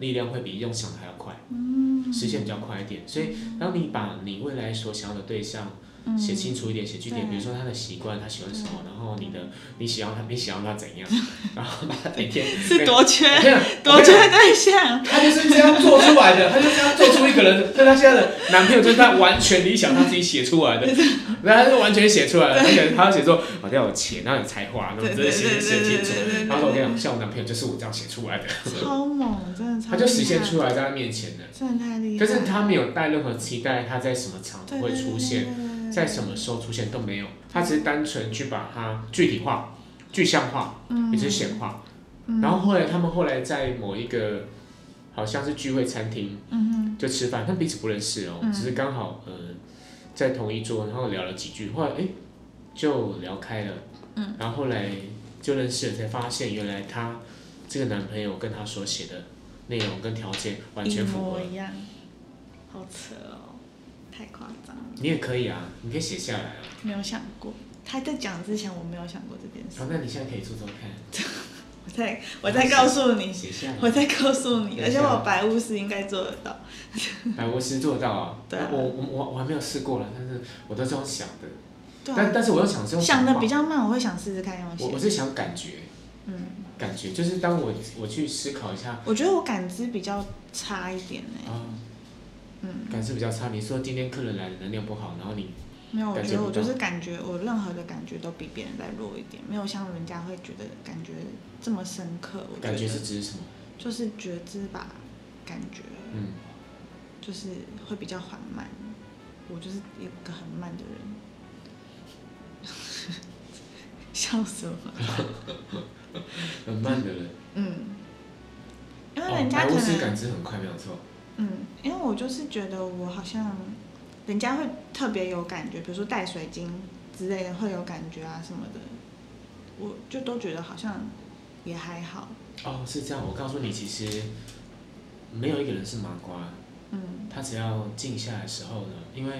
Speaker 3: 力量会比用想的还要快，
Speaker 4: 嗯
Speaker 3: 实现比较快一点。所以，当你把你未来所想要的对象写清楚一点、写具体点，
Speaker 4: 嗯对
Speaker 3: 比如说他的习惯，他喜欢什么，然后你的你喜欢他，你喜欢他
Speaker 4: [laughs]
Speaker 3: 怎样，然后他每天
Speaker 4: 是多
Speaker 3: [laughs]
Speaker 4: 缺
Speaker 3: 我跟你讲
Speaker 4: 多缺对象，
Speaker 3: 他就是这样做出来的，他就这样做出一个人，但他现在的男朋友就是他完全理想他自己写出
Speaker 4: [laughs]
Speaker 3: 来的，然后他是完全写出来的，而且他要写说，哦啊我要有钱，然后有才华，然后
Speaker 4: 对
Speaker 3: 真
Speaker 4: 对
Speaker 3: 的
Speaker 4: 对
Speaker 3: 写
Speaker 4: 对
Speaker 3: 写
Speaker 4: 对
Speaker 3: 清楚。
Speaker 4: 对
Speaker 3: 然后我跟你
Speaker 4: 对，
Speaker 3: 讲，像我男朋友就是我这样写出来的，
Speaker 4: 超猛，真的超，
Speaker 3: 他就实现出
Speaker 4: 来，
Speaker 3: 来在他面前的，
Speaker 4: 真的太厉害
Speaker 3: 可
Speaker 4: 了，
Speaker 3: 是他没有带任何期待，他在什么场合
Speaker 4: 对
Speaker 3: 会出现，，在什
Speaker 4: 么，
Speaker 3: 么时候出现都没有，他只是单纯去把它具体化、具象化，
Speaker 4: 嗯
Speaker 3: 也是显化。
Speaker 4: 嗯
Speaker 3: 然后后来他们后来在某一个好像是聚会餐厅
Speaker 4: 嗯哼
Speaker 3: 就吃饭，他们彼此不认识哦，
Speaker 4: 嗯
Speaker 3: 只是刚好嗯、呃在同一桌，然后聊了几句，后来哎就聊开了，
Speaker 4: 嗯，
Speaker 3: 然后后来就认识了，才发现原来她这个男朋友跟她所写的内容跟条件完全
Speaker 4: 一
Speaker 3: 符合
Speaker 4: 模，一样，好扯哦，太夸张了，
Speaker 3: 你也可以啊，你可以写下来啊，
Speaker 4: 没有想过。他在讲之前，我没有想过这件事
Speaker 3: 好，。那你现在可以做做看，
Speaker 4: 我再我再告诉你，
Speaker 3: 写下来。
Speaker 4: 我再告诉你，
Speaker 3: 等
Speaker 4: 而
Speaker 3: 一
Speaker 4: 且
Speaker 3: 下
Speaker 4: 我白巫师应该做得到。
Speaker 3: 百我师做得到啊！
Speaker 4: 对啊
Speaker 3: 我我我我还没有试过了，但是我都是用想的，
Speaker 4: 对
Speaker 3: 但
Speaker 4: 啊，
Speaker 3: 但是我又想是用
Speaker 4: 想的
Speaker 3: 法
Speaker 4: 比较慢，我会想试试看用
Speaker 3: 我我
Speaker 4: 写。
Speaker 3: 是想感觉，
Speaker 4: 嗯，
Speaker 3: 感觉就是当我我去思考一下
Speaker 4: 我觉得我感知比较差一点
Speaker 3: 啊，
Speaker 4: 呢、嗯，
Speaker 3: 感受比较差。你说今天客人来的能量不好，然后你
Speaker 4: 没有，我
Speaker 3: 感
Speaker 4: 觉
Speaker 3: 觉
Speaker 4: 得
Speaker 3: 不
Speaker 4: 我就
Speaker 3: 到
Speaker 4: 是感觉我任何的感觉都比别人再弱一点，没有像人家会觉得感觉这么深刻。我
Speaker 3: 感
Speaker 4: 觉
Speaker 3: 觉
Speaker 4: 得
Speaker 3: 是指什么？
Speaker 4: 就是觉知吧，感觉
Speaker 3: 嗯，
Speaker 4: 就是会比较缓慢。我就是一个很慢的人。 [laughs] 笑死我！
Speaker 3: 很慢的人。
Speaker 4: 嗯，因为
Speaker 3: 哦
Speaker 4: 人，家
Speaker 3: 白
Speaker 4: 可
Speaker 3: 巫师
Speaker 4: 能、
Speaker 3: 感知很快，没有错。
Speaker 4: 嗯，因为我就是觉得我好像人家会特别有感觉，比如说戴水晶之类的会有感觉啊什么的，我就都觉得好像也还好。
Speaker 3: 哦，是这样。我告诉你，其实没有一个人是麻瓜，
Speaker 4: 嗯
Speaker 3: 他只要静下来的时候呢，因为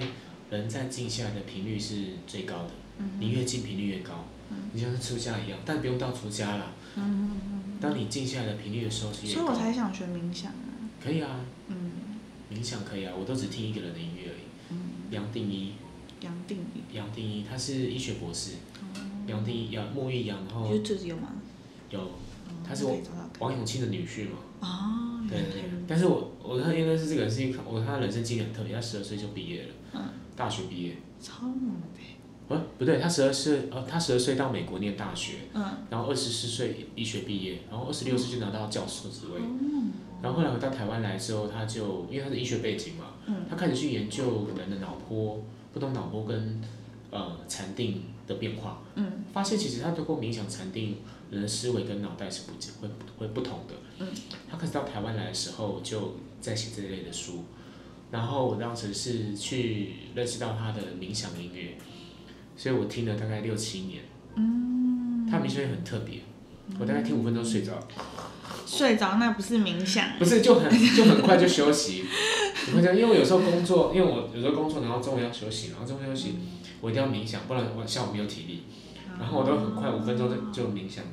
Speaker 3: 人在静下来的频率是最高的。你
Speaker 4: 嗯
Speaker 3: 越静频率越高
Speaker 4: 嗯，
Speaker 3: 你就像出家一样，但不用到出家啦。
Speaker 4: 嗯嗯
Speaker 3: 当你静下来的频率的时候是
Speaker 4: 嗯，
Speaker 3: 越
Speaker 4: 所以我
Speaker 3: 高。
Speaker 4: 才想学冥想啊。
Speaker 3: 可以啊，
Speaker 4: 嗯
Speaker 3: 冥想可以啊，我都只听一个人的音乐而已。
Speaker 4: 嗯，
Speaker 3: 杨定一，
Speaker 4: 杨定理。
Speaker 3: 杨定一，他是医学博士。
Speaker 4: 哦
Speaker 3: 杨定一，杨沐浴杨，然后
Speaker 4: YouTube 有吗？
Speaker 3: 有
Speaker 4: 哦
Speaker 3: 哦他是
Speaker 4: 可
Speaker 3: 我
Speaker 4: 以找到看
Speaker 3: 王永庆的女婿嘛。
Speaker 4: 哦，
Speaker 3: 对
Speaker 4: 原
Speaker 3: 对
Speaker 4: 来
Speaker 3: 对
Speaker 4: 如。
Speaker 3: 但是我我看应该是这个人是因为我看他人生经历很特别，他十二岁就毕业了，
Speaker 4: 嗯
Speaker 3: 大学毕业。
Speaker 4: 此超猛的欸。
Speaker 3: 呃、不对，他十二岁，呃，他十二岁到美国念大学，
Speaker 4: 嗯，
Speaker 3: 然后二十四岁医学毕业，然后二十六岁就拿到教授职位。
Speaker 4: 好猛哦
Speaker 3: 然后后来回到台湾来之后，他就因为他是医学背景嘛，
Speaker 4: 嗯
Speaker 3: 他开始去研究人的脑波、不同脑波跟呃禅定的变化，
Speaker 4: 嗯
Speaker 3: 发现其实他通过冥想、禅定，人的思维跟脑袋是不会会不同的。
Speaker 4: 嗯，
Speaker 3: 他开始到台湾来的时候，就在写这类的书，然后我当时是去认识到他的冥想音乐，所以我听了大概六七年。嗯，他的冥想也很特别，我大概听五分钟睡着了。
Speaker 4: 欸睡着那不是冥想， [laughs]
Speaker 3: 不是就很就很快就休息， [laughs] 你会这样，因为我有时候工作，因为我有时候工作，然后中午要休息，然后中午休息，我一定要冥想，不然我下午没有体力，然后我都很快五分钟就就冥想，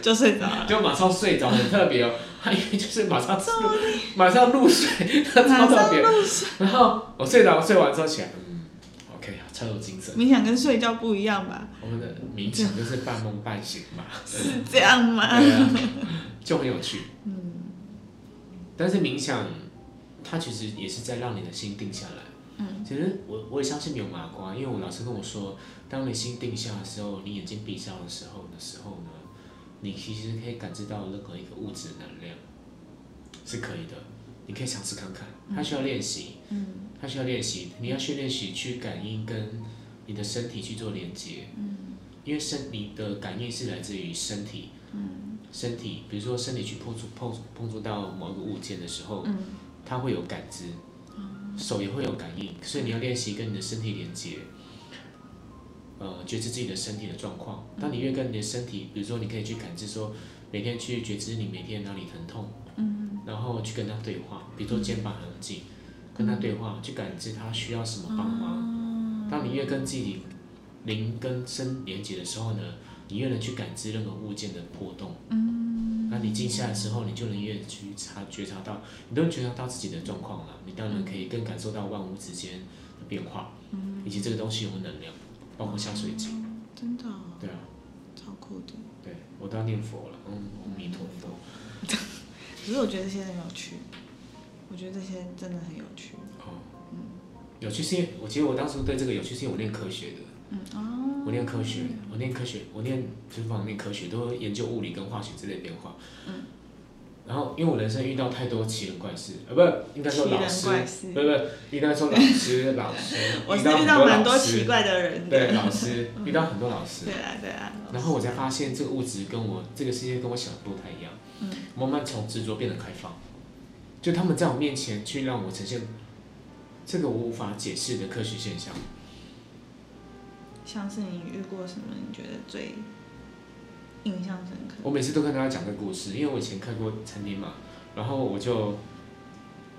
Speaker 4: 就睡着了。
Speaker 3: 就马上睡着，很特别哦， [laughs] 他因为就是马上马上入睡，他超特别，然后我睡着，睡完之后起来，嗯，OK，超有精神，
Speaker 4: 冥想跟睡觉不一样吧？
Speaker 3: 我们的冥想就是半梦半醒嘛，
Speaker 4: 是这样吗？
Speaker 3: 对啊，就很有趣。
Speaker 4: 嗯
Speaker 3: 但是冥想，它其实也是在让你的心定下来。
Speaker 4: 嗯，
Speaker 3: 其实我我也相信没有麻瓜，因为我老师跟我说，当你心定下的时候，你眼睛闭上的时候的时候呢，你其实可以感知到任何一个物质能量，是可以的。你可以尝试看看，它需要练习，
Speaker 4: 嗯
Speaker 3: 它需要练习，你要去练习去感应跟你的身体去做连接，
Speaker 4: 嗯
Speaker 3: 因为身你的感应是来自于身体，
Speaker 4: 嗯
Speaker 3: 身体，比如说身体去碰触碰碰触到某一个物件的时候，
Speaker 4: 嗯
Speaker 3: 它会有感知，手也会有感应，所以你要练习跟你的身体连接，呃，觉知自己的身体的状况。当你越跟你的身体，比如说你可以去感知说，每天去觉知你每天哪里疼痛，嗯，然后去跟他对话，比如说肩膀很紧，跟他对话，去感知他需要什么帮忙。当你越跟自己灵跟身连接的时候呢，你越能去感知任何物件的波动。嗯，那你静下来的时候，你就能越去察觉察到。你都觉察到自己的状况了，你当然可以更感受到万物之间的变化，以及这个东西有能量，包括下水井。
Speaker 4: 真的哦、
Speaker 3: 对啊，
Speaker 4: 超酷的。
Speaker 3: 对我都要念佛了，嗯，阿弥陀佛。
Speaker 4: 可是我觉得这些很有趣，我觉得这些真的很有趣。
Speaker 3: 哦，有趣是因为我其实我当初对这个有趣是因为我念科学的，
Speaker 4: 嗯哦，
Speaker 3: 我念科学，我念科学，我念就是往念科学，都会研究物理跟化学之类的变化。
Speaker 4: 嗯。
Speaker 3: 然后，因为我人生遇到太多奇人怪事，呃，不，应该说老
Speaker 4: 奇
Speaker 3: 师
Speaker 4: 人怪事，
Speaker 3: 不不，应该说老师，老师，
Speaker 4: [laughs] 我是遇到蛮
Speaker 3: 老
Speaker 4: 多
Speaker 3: 师
Speaker 4: 奇怪的嗯人
Speaker 3: 对，
Speaker 4: 的。
Speaker 3: 老师
Speaker 4: [laughs]
Speaker 3: 遇到很多老师，
Speaker 4: 对啊，对啊。
Speaker 3: 然后我才发现这个物质跟我这个世界跟我想的不太一样，
Speaker 4: 嗯
Speaker 3: 慢慢从执着变得开放，就他们在我面前去让我呈现这个我无法解释的科学现象。
Speaker 4: 像是你遇过什么？你觉得最印象深刻？
Speaker 3: 我每次都跟大家讲这个故事，因为我以前开过餐厅嘛，然后我就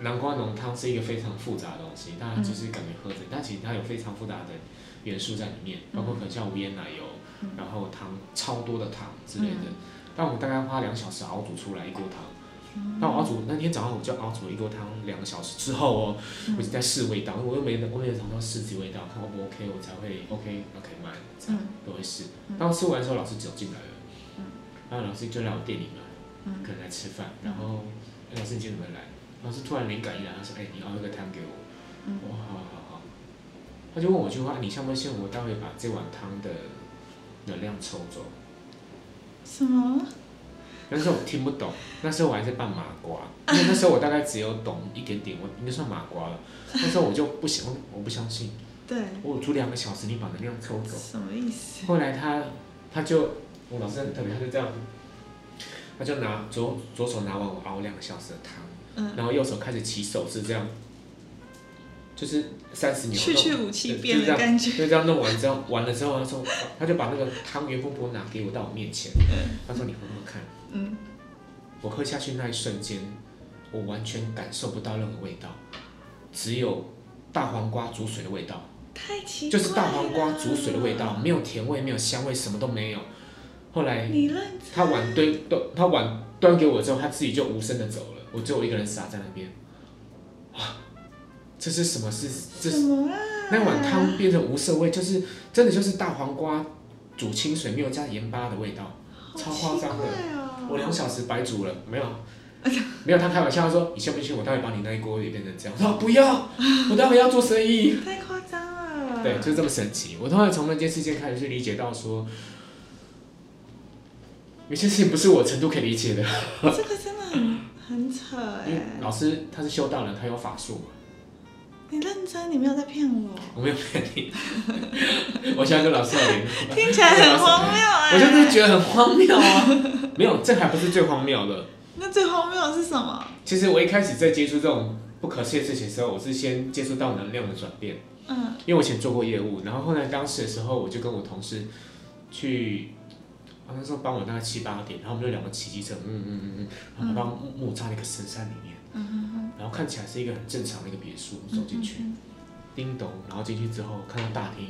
Speaker 3: 南瓜浓汤是一个非常复杂的东西，大家就是感觉喝着，但其实它有非常复杂的元素在里面，包括可能像无盐奶油，然后糖超多的糖之类的。但我大概花两小时熬煮出来一锅汤，那我熬煮那天早上我就熬煮一锅汤两个小时之后哦，我就在试味道，我又没我没有尝到实体味道，看 O 不 OK 我才会 OK 那可以卖，这样都会试。当试完的时候，老师走进来了。然后老师就来我店里嘛，可能来吃饭，然后哎老师你今天怎么来？老师突然灵感一来，他说：“哎、你熬一个汤给我。我说好好好好。他就问我一句话：“啊你相不相信我待会把这碗汤的能量抽走
Speaker 4: 什么？？”
Speaker 3: 那时候我听不懂，那时候我还在扮麻瓜，因为那时候我大概只有懂一点点，我应该算麻瓜了。那时候我就不想，我不相信，
Speaker 4: 对，
Speaker 3: 我煮两个小时，你把能量抽走。
Speaker 4: 什么意思？
Speaker 3: 后来他他就我哦老师很特别，他就这样，他就拿左左手拿完我熬两个小时的汤，
Speaker 4: 嗯
Speaker 3: 然后右手开始起手是这样，就是三十秒
Speaker 4: 去去
Speaker 3: 弄
Speaker 4: 武器
Speaker 3: 对
Speaker 4: 变的感觉。
Speaker 3: 就这样弄完之后，完了之后，他说，他就把那个汤圆公婆拿给我到我面前，他说你喝喝看，
Speaker 4: 嗯，
Speaker 3: 我喝下去那一瞬间，我完全感受不到任何味道，只有大黄瓜煮水的味道。
Speaker 4: 太奇
Speaker 3: 就
Speaker 4: 怪了。
Speaker 3: 是大黄瓜煮水的味道，没有甜味，没有香味，什么都没有。后来
Speaker 4: 你认真？
Speaker 3: 他碗端端他碗端给我之后，他自己就无声的走了，我只有我一个人傻在那边。哇，这是什么事？这
Speaker 4: 什
Speaker 3: 是
Speaker 4: 么啊？
Speaker 3: 那碗汤变成无色味，就是真的就是大黄瓜煮清水没有加盐巴的味道，超夸张的
Speaker 4: 好奇怪哦
Speaker 3: 我两小时白煮了，没有。没有，他开玩笑他说：“你信不信我待会把你那一锅也变成这样？”我说：“不要，我待会要做生意。”
Speaker 4: 太夸张了。
Speaker 3: 对，就这么神奇。我突然从那件事件开始去理解到说，有些事情不是我程度可以理解的。
Speaker 4: 这个真的很很扯
Speaker 3: 因为
Speaker 4: 哎、
Speaker 3: 老师他是修道人，他有法术嘛，
Speaker 4: 你认真，你没有在骗我，
Speaker 3: 我没有骗你。 [laughs] 我现在跟老师有联络，
Speaker 4: 听起来很荒谬哎、
Speaker 3: 我就是觉得很荒谬啊。没有，这还不是最荒谬的。
Speaker 4: 那最荒谬的是什么？
Speaker 3: 其实我一开始在接触这种不可思议的事情的时候，我是先接触到能量的转变。
Speaker 4: 嗯
Speaker 3: 因为我以前做过业务，然后后来当时的时候，我就跟我同事去，啊那时候傍晚大概七八点，然后我们就两个骑机车，嗯嗯嗯嗯，然后到木木栅的一个深山里面，
Speaker 4: 嗯嗯
Speaker 3: 然后看起来是一个很正常的一个别墅，
Speaker 4: 嗯，
Speaker 3: 走进去，
Speaker 4: 嗯，
Speaker 3: 叮咚，然后进去之后看到大厅，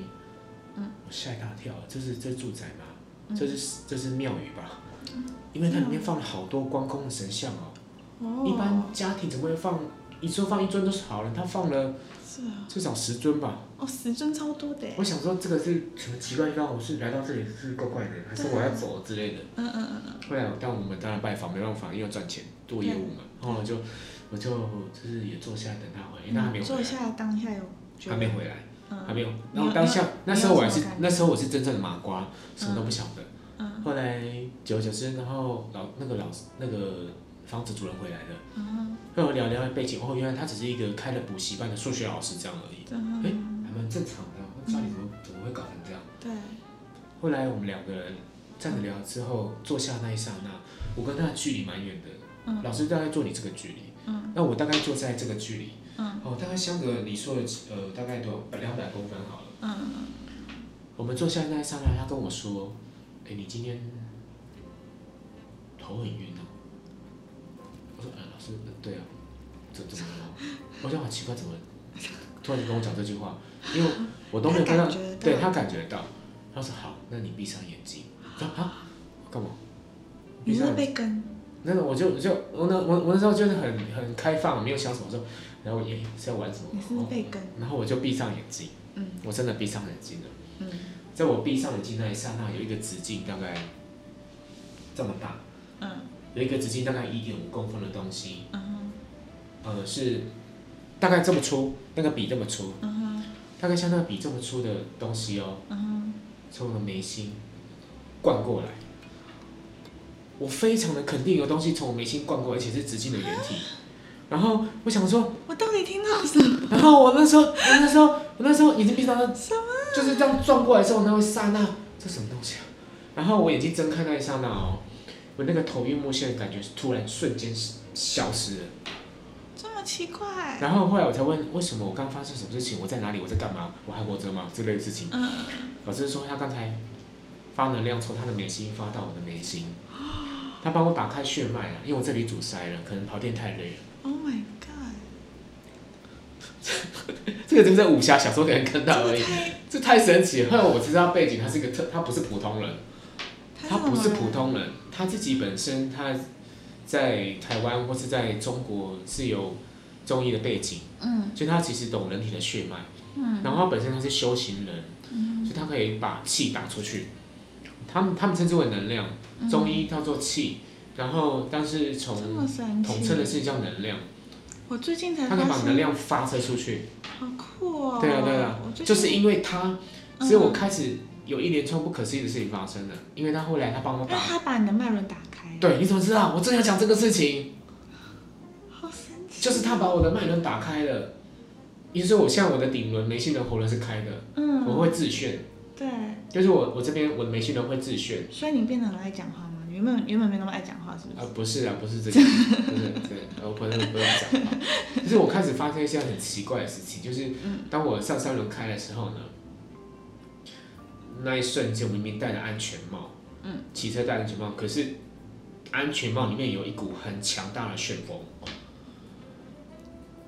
Speaker 4: 嗯，
Speaker 3: 我吓一大跳，这是这是住宅吗？这是这是庙宇吧？
Speaker 4: 嗯
Speaker 3: 因为它里面放了好多关公的神像哦，
Speaker 4: 嗯哦，
Speaker 3: 一般家庭怎么会放一说放一尊都是好人，他放了
Speaker 4: 是啊，
Speaker 3: 至少十尊吧。
Speaker 4: 哦，时针超多的欸，
Speaker 3: 我想说这个是什么奇怪地方？我是来到这里是怪怪的，还是我要走之类的？ [laughs]
Speaker 4: 嗯嗯嗯嗯，
Speaker 3: 后来啊我但我们当然拜访没办法，因为要赚钱做业务嘛。然后我就我就就是也坐下来等他回来，因为他还没有回
Speaker 4: 坐
Speaker 3: 来，
Speaker 4: 下当下有觉
Speaker 3: 还
Speaker 4: 得
Speaker 3: 没回来，
Speaker 4: 嗯
Speaker 3: 还没有。
Speaker 4: 你
Speaker 3: 然后
Speaker 4: 有
Speaker 3: 当下
Speaker 4: 你有
Speaker 3: 那时候我还
Speaker 4: 你
Speaker 3: 是
Speaker 4: 有什么感觉
Speaker 3: 那时候我是真正的麻瓜，什么都不晓得。
Speaker 4: 嗯
Speaker 3: 后来久而久之，然后老那个老那个房子主人回来了，
Speaker 4: 嗯
Speaker 3: 跟我聊聊背景。哦，原来他只是一个开了补习班的数学老师这样而已，
Speaker 4: 嗯
Speaker 3: 哎
Speaker 4: 嗯，
Speaker 3: 还蛮正常的。那家里怎么怎么会搞成这样？
Speaker 4: 对，
Speaker 3: 后来我们两个人站着聊之后，坐下那一刹那，我跟他的距离蛮远的，
Speaker 4: 嗯
Speaker 3: 老师大概坐你这个距离，
Speaker 4: 嗯
Speaker 3: 那我大概就在这个距离，
Speaker 4: 嗯
Speaker 3: 哦，大概相隔你说的呃，大概多少两百公分好了。
Speaker 4: 嗯，
Speaker 3: 我们坐下那一刹那，他跟我说：“哎、你今天头很晕哦。”我说：“嗯，老师，呃对啊，怎怎么了吗？”我想好奇怪，怎么突然就跟我讲这句话？因为我都没有看到
Speaker 4: 他感觉，到
Speaker 3: 对他感觉到。他说：“好，那你闭上眼睛。”我说：“啊，干嘛？”
Speaker 4: 你
Speaker 3: 闭
Speaker 4: 是
Speaker 3: 上
Speaker 4: 不
Speaker 3: 眼睛。
Speaker 4: 是被跟，
Speaker 3: 那个我就就我那我我那时候就是很很开放，没有想什么说，然后也哎是要玩什么，哦
Speaker 4: 你是不是被跟？
Speaker 3: 然后我就闭上眼睛，
Speaker 4: 嗯
Speaker 3: 我真的闭上眼睛了。
Speaker 4: 嗯，
Speaker 3: 在我闭上眼睛那一刹那，有一个直径大概这么大，
Speaker 4: 嗯
Speaker 3: 有一个直径大概一点五公分的东西，
Speaker 4: 嗯
Speaker 3: 呃，是大概这么粗，那个笔这么粗，
Speaker 4: 嗯哼
Speaker 3: 大概像那个笔这么粗的东西哦，
Speaker 4: 嗯哼
Speaker 3: 从我的眉心灌过来。我非常的肯定有东西从我眉心灌过，而且是直径的圆体。然后我想说，
Speaker 4: 我到底听到什么？
Speaker 3: 然后我那时候，我那时候，我那时候眼睛闭上了，
Speaker 4: 什么？
Speaker 3: 就是这样撞过来之后，那一刹那，这什么东西啊？然后我眼睛睁开那一刹那哦，我那个头晕目眩的感觉是突然瞬间消失了。
Speaker 4: 这么奇怪？
Speaker 3: 然后后来我才问，为什么我刚发生什么事情？我在哪里？我在干嘛？我还活着吗？之类的事情。
Speaker 4: 嗯，
Speaker 3: 老师说他刚才发能量从他的眉心发到我的眉心，他帮我打开血脉啊，因为我这里阻塞了，可能跑电太累了。
Speaker 4: Oh my god！
Speaker 3: [laughs] 这个就是在武侠小说给人看到而
Speaker 4: 这
Speaker 3: 已
Speaker 4: 个，太
Speaker 3: 这太神奇了。 [laughs] 后来我知道背景，他是一个特，他不是普通人。他
Speaker 4: 他
Speaker 3: 不是普，通人，他自己本身他在台湾或是在中国是有中医的背景，
Speaker 4: 嗯
Speaker 3: 所以他其实懂人体的血脉，
Speaker 4: 嗯
Speaker 3: 然后他本身他是修行人，
Speaker 4: 嗯
Speaker 3: 所以他可以把气打出去。他们他们称之为能量，中医叫做气，然后但是
Speaker 4: 嗯这么
Speaker 3: 从
Speaker 4: 神
Speaker 3: 统称的
Speaker 4: 奇，
Speaker 3: 是叫能量，
Speaker 4: 我最近才
Speaker 3: 他可以
Speaker 4: 发
Speaker 3: 把能
Speaker 4: 现，
Speaker 3: 量发射出去。
Speaker 4: 好酷哦！
Speaker 3: 对啊对啊
Speaker 4: 我最近
Speaker 3: 就是因为他，
Speaker 4: 嗯
Speaker 3: 所以我开始有一连串不可思议的事情发生了，因为他后来他帮我
Speaker 4: 让
Speaker 3: 把，
Speaker 4: 他把你的脉轮打开，，
Speaker 3: 对，你怎么知道？我正要讲这个事情。
Speaker 4: 好神奇，
Speaker 3: 就是他把我的脉轮打开了，也就是我像我的顶轮、眉心轮、喉轮是开的，
Speaker 4: 嗯，
Speaker 3: 我会自旋，
Speaker 4: 对，
Speaker 3: 就是我我这边我的眉心轮会自旋，
Speaker 4: 所以你变得很爱讲话吗？你原本原本没那么爱讲话，是不
Speaker 3: 啊
Speaker 4: 是？
Speaker 3: 不是啊不是这个，不是这个，呃不是不用讲话，就是我开始发生一些很奇怪的事情，就是
Speaker 4: 嗯
Speaker 3: 当我上三轮开的时候呢，那一瞬间我明明戴了安全帽，
Speaker 4: 嗯，
Speaker 3: 骑车戴安全帽，可是安全帽里面有一股很强大的旋风，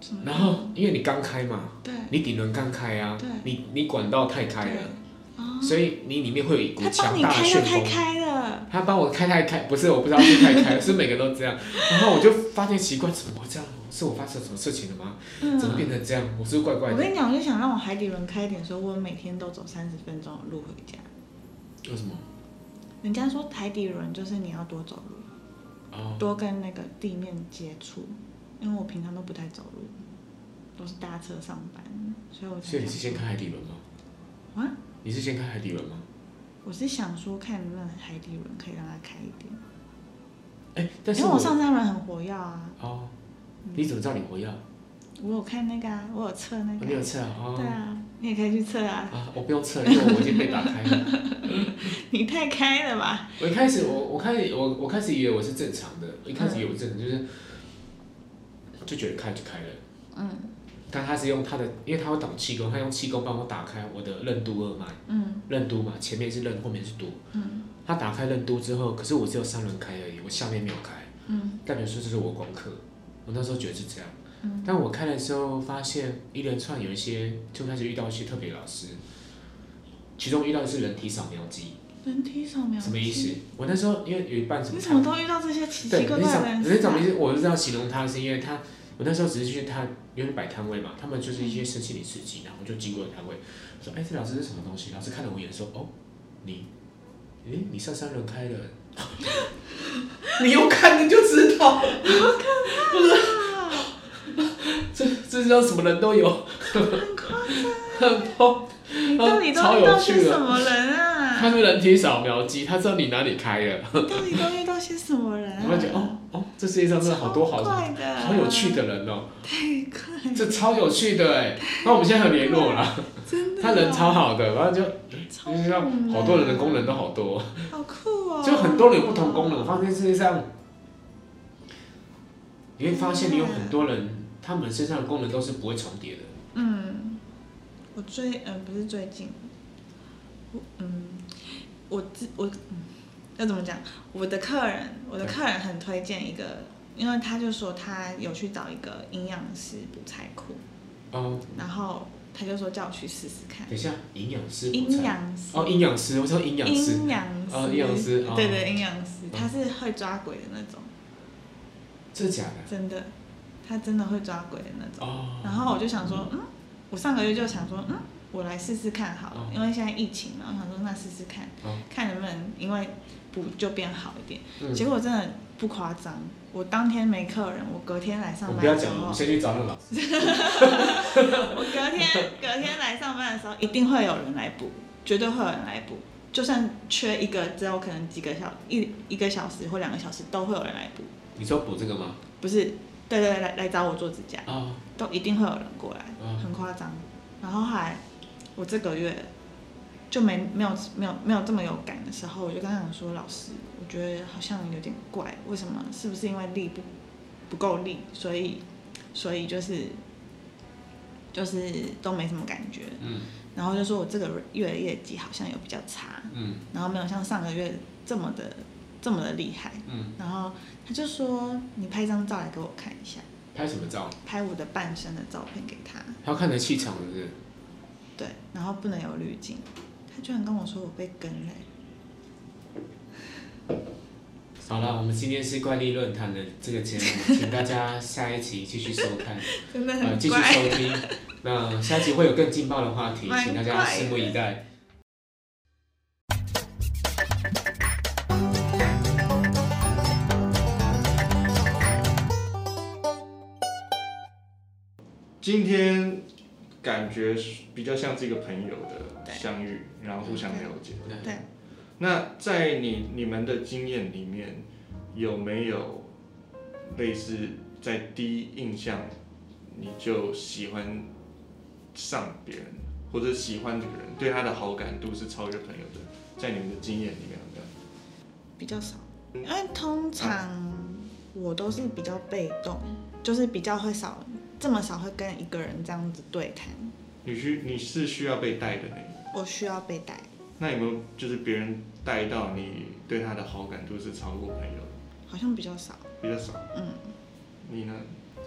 Speaker 4: 什么？
Speaker 3: 然后因为你刚开嘛，
Speaker 4: 对，
Speaker 3: 你顶轮刚开啊
Speaker 4: 对，
Speaker 3: 你你管道太开了，
Speaker 4: 哦
Speaker 3: 所以你里面会有一股
Speaker 4: 他帮
Speaker 3: 强
Speaker 4: 你
Speaker 3: 大的
Speaker 4: 开又
Speaker 3: 旋
Speaker 4: 太
Speaker 3: 风。
Speaker 4: 开了，
Speaker 3: 他帮我开太开，不是我不知道是太开，是每个都这样。然后我就发现奇怪，怎么会这样？是我发生什么事情了吗？怎么
Speaker 4: 嗯。
Speaker 3: 变成这样？我是不是怪怪
Speaker 4: 我
Speaker 3: 的
Speaker 4: 跟。你讲，我就想让我海底轮开一点，说我每天都走三十分钟的路回家。
Speaker 3: 为什么？
Speaker 4: 人家说海底轮就是你要多走路，
Speaker 3: 哦，
Speaker 4: 多跟那个地面接触，因为我平常都不太走路，都是搭车上班，所以我
Speaker 3: 所
Speaker 4: 才
Speaker 3: 以你是
Speaker 4: 想
Speaker 3: 先开海底轮吗？
Speaker 4: 啊，
Speaker 3: 你是先开海底轮吗？
Speaker 4: 我是想说看能不能海底轮可以让它开一点，
Speaker 3: 哎，但是
Speaker 4: 因为我上三轮很活跃啊，
Speaker 3: 哦，你怎么知道你活跃？
Speaker 4: 我有看那个啊，我有测那
Speaker 3: 你
Speaker 4: 个
Speaker 3: 有
Speaker 4: 啊，
Speaker 3: 测啊？
Speaker 4: 对
Speaker 3: 哦
Speaker 4: 啊，你也可以去测啊，
Speaker 3: 啊，我不用测，因为我已经被打开了。
Speaker 4: [laughs] 你太开了吧？
Speaker 3: 我一开始我我开始我我开始以为我是正常的，一开始以为我正常就是就觉得开就开了。
Speaker 4: 嗯
Speaker 3: 但他是用他的，因为他会挡气功，他用气功帮我打开我的任督二脉，
Speaker 4: 嗯
Speaker 3: 任督嘛，前面是任，后面是督。
Speaker 4: 嗯
Speaker 3: 他打开任督之后，可是我只有三轮开而已，我下面没有开，
Speaker 4: 嗯
Speaker 3: 代表说这是我功课。我那时候觉得是这样，
Speaker 4: 嗯
Speaker 3: 但我开的时候发现一连串有一些就开始遇到一些特别老师，其中遇到的是人体扫描机，
Speaker 4: 人体扫描
Speaker 3: 什么意思？我那时候因为有一半什
Speaker 4: 你
Speaker 3: 么
Speaker 4: 怎么都遇到这些奇
Speaker 3: 对，
Speaker 4: 奇怪
Speaker 3: 人
Speaker 4: 怪
Speaker 3: 少
Speaker 4: 的人
Speaker 3: 人
Speaker 4: 事
Speaker 3: 少
Speaker 4: 啊
Speaker 3: 明？星，我是这样形容他，是因为他，我那时候只是去他因为摆摊位嘛，他们就是一些身心灵刺激，然后我就经过摊位，说，哎，这老师是什么东西？老师看了我一眼说，哦，你，哎，你上三轮开了， [laughs] 你又看你就知道，好可怕， [laughs] 这这叫什么人都有，
Speaker 4: 很夸张，
Speaker 3: 很
Speaker 4: 啊
Speaker 3: 多，
Speaker 4: 你到底
Speaker 3: 哦超
Speaker 4: 都遇
Speaker 3: 有
Speaker 4: 到
Speaker 3: 趣
Speaker 4: 些
Speaker 3: 的
Speaker 4: 什么人
Speaker 3: [laughs] 他 [laughs]
Speaker 4: 啊？
Speaker 3: 是人体扫描机，他知道你哪里开了，
Speaker 4: 你到底都遇到些什么人啊？
Speaker 3: 我就觉得，哦哦，这世界上真的好多好
Speaker 4: 超怪的，
Speaker 3: 好有趣，的人哦。
Speaker 4: 太怪了，
Speaker 3: 这超有趣的哎，那我们现在很联络啦，
Speaker 4: 真的，
Speaker 3: 他人超，好的，然后就
Speaker 4: 超
Speaker 3: 就是让
Speaker 4: 猛
Speaker 3: 好多人的功能都好多，
Speaker 4: 好酷哦，
Speaker 3: 就很多人有不同功能。我发现世界上，你会发现你有很多人他们身上的功能都是不会重叠的。
Speaker 4: 嗯，我最嗯、不是最近，我嗯，我自我嗯要怎么讲？我的客人，我的客人很推荐一个，因为他就说他有去找一个营养师补菜库，
Speaker 3: 哦，
Speaker 4: 然后他就说叫我去试试看
Speaker 3: 等。一下，营养师补
Speaker 4: 营
Speaker 3: 菜。
Speaker 4: 养师
Speaker 3: 哦，营养师，我说营养师。
Speaker 4: 阴阳师，
Speaker 3: 哦阴阳师哦
Speaker 4: 对对，阴阳师，
Speaker 3: 嗯
Speaker 4: 他是会抓鬼的那种，
Speaker 3: 真的假的？
Speaker 4: 真的，他真的会抓鬼的那种。
Speaker 3: 哦。
Speaker 4: 然后我就想说，嗯，我上个月就想说，嗯，我来试试看好了，
Speaker 3: 嗯
Speaker 4: 因为现在疫情嘛，我想说那试试看，
Speaker 3: 嗯
Speaker 4: 看能不能因为补就变好一点。
Speaker 3: 嗯
Speaker 4: 结果真的不夸张，我当天没客人，我隔天来
Speaker 3: 我
Speaker 4: 上
Speaker 3: 们
Speaker 4: 班
Speaker 3: 不要
Speaker 4: 的时
Speaker 3: 讲了，我
Speaker 4: 候
Speaker 3: 们，先去找那个老师。
Speaker 4: [laughs] 我隔天隔天来上班的时候，一定会有人来补，绝对会有人来补。就算缺一个，只有可能几个小一一个小时或两个小时，都会有人来补。
Speaker 3: 你说补这个吗？
Speaker 4: 不是，对对对，来来找我做指甲，
Speaker 3: 哦，
Speaker 4: 都一定会有人过来，
Speaker 3: 嗯
Speaker 4: 很夸张。然后后来我这个月就没没有没有没有这么有感的时候，我就跟他讲说，老师，我觉得好像有点怪，为什么？是不是因为力不不够力，所以所以就是就是都没什么感觉。
Speaker 3: 嗯
Speaker 4: 然后就说我这个月的业绩好像有比较差，
Speaker 3: 嗯
Speaker 4: 然后没有像上个月这么的这么的厉害。
Speaker 3: 嗯，
Speaker 4: 然后他就说你拍一张照来给我看一下。
Speaker 3: 拍什么照？
Speaker 4: 拍我的半身的照片给他，
Speaker 3: 他看的气场是不是？
Speaker 4: 对，然后不能有滤镜。他居然跟我说我被跟嘞，
Speaker 3: 好了，我们今天是怪力论坛的这个节目，请大家下一期继续收看，
Speaker 4: 真的
Speaker 3: 呃，
Speaker 4: 很
Speaker 3: 继续
Speaker 4: 怪。
Speaker 3: 收听。那下一集会有更劲爆的话题，
Speaker 4: 蛮
Speaker 3: 请大家
Speaker 4: 怪
Speaker 3: 拭目以待。
Speaker 5: 今天感觉是比较像是一个朋友的
Speaker 4: 对
Speaker 5: 相遇，然后互相了解。
Speaker 4: 对，
Speaker 5: 那在你你们的经验里面，有没有类似在第一印象你就喜欢上别人，或者喜欢这个人，对他的好感度是超越朋友的，在你们的经验里面有没有？
Speaker 4: [laughs] 比较少，因为通常我都是比较被动，就是比较会少这么少会跟一个人这样子对谈，
Speaker 5: 你需你是需要被带的那一个
Speaker 4: 我需要被带，
Speaker 5: 那有没有就是别人带到你对他的好感度是超过朋友的
Speaker 4: 好像比较少。
Speaker 5: 比较少？
Speaker 4: 嗯，
Speaker 5: 你呢？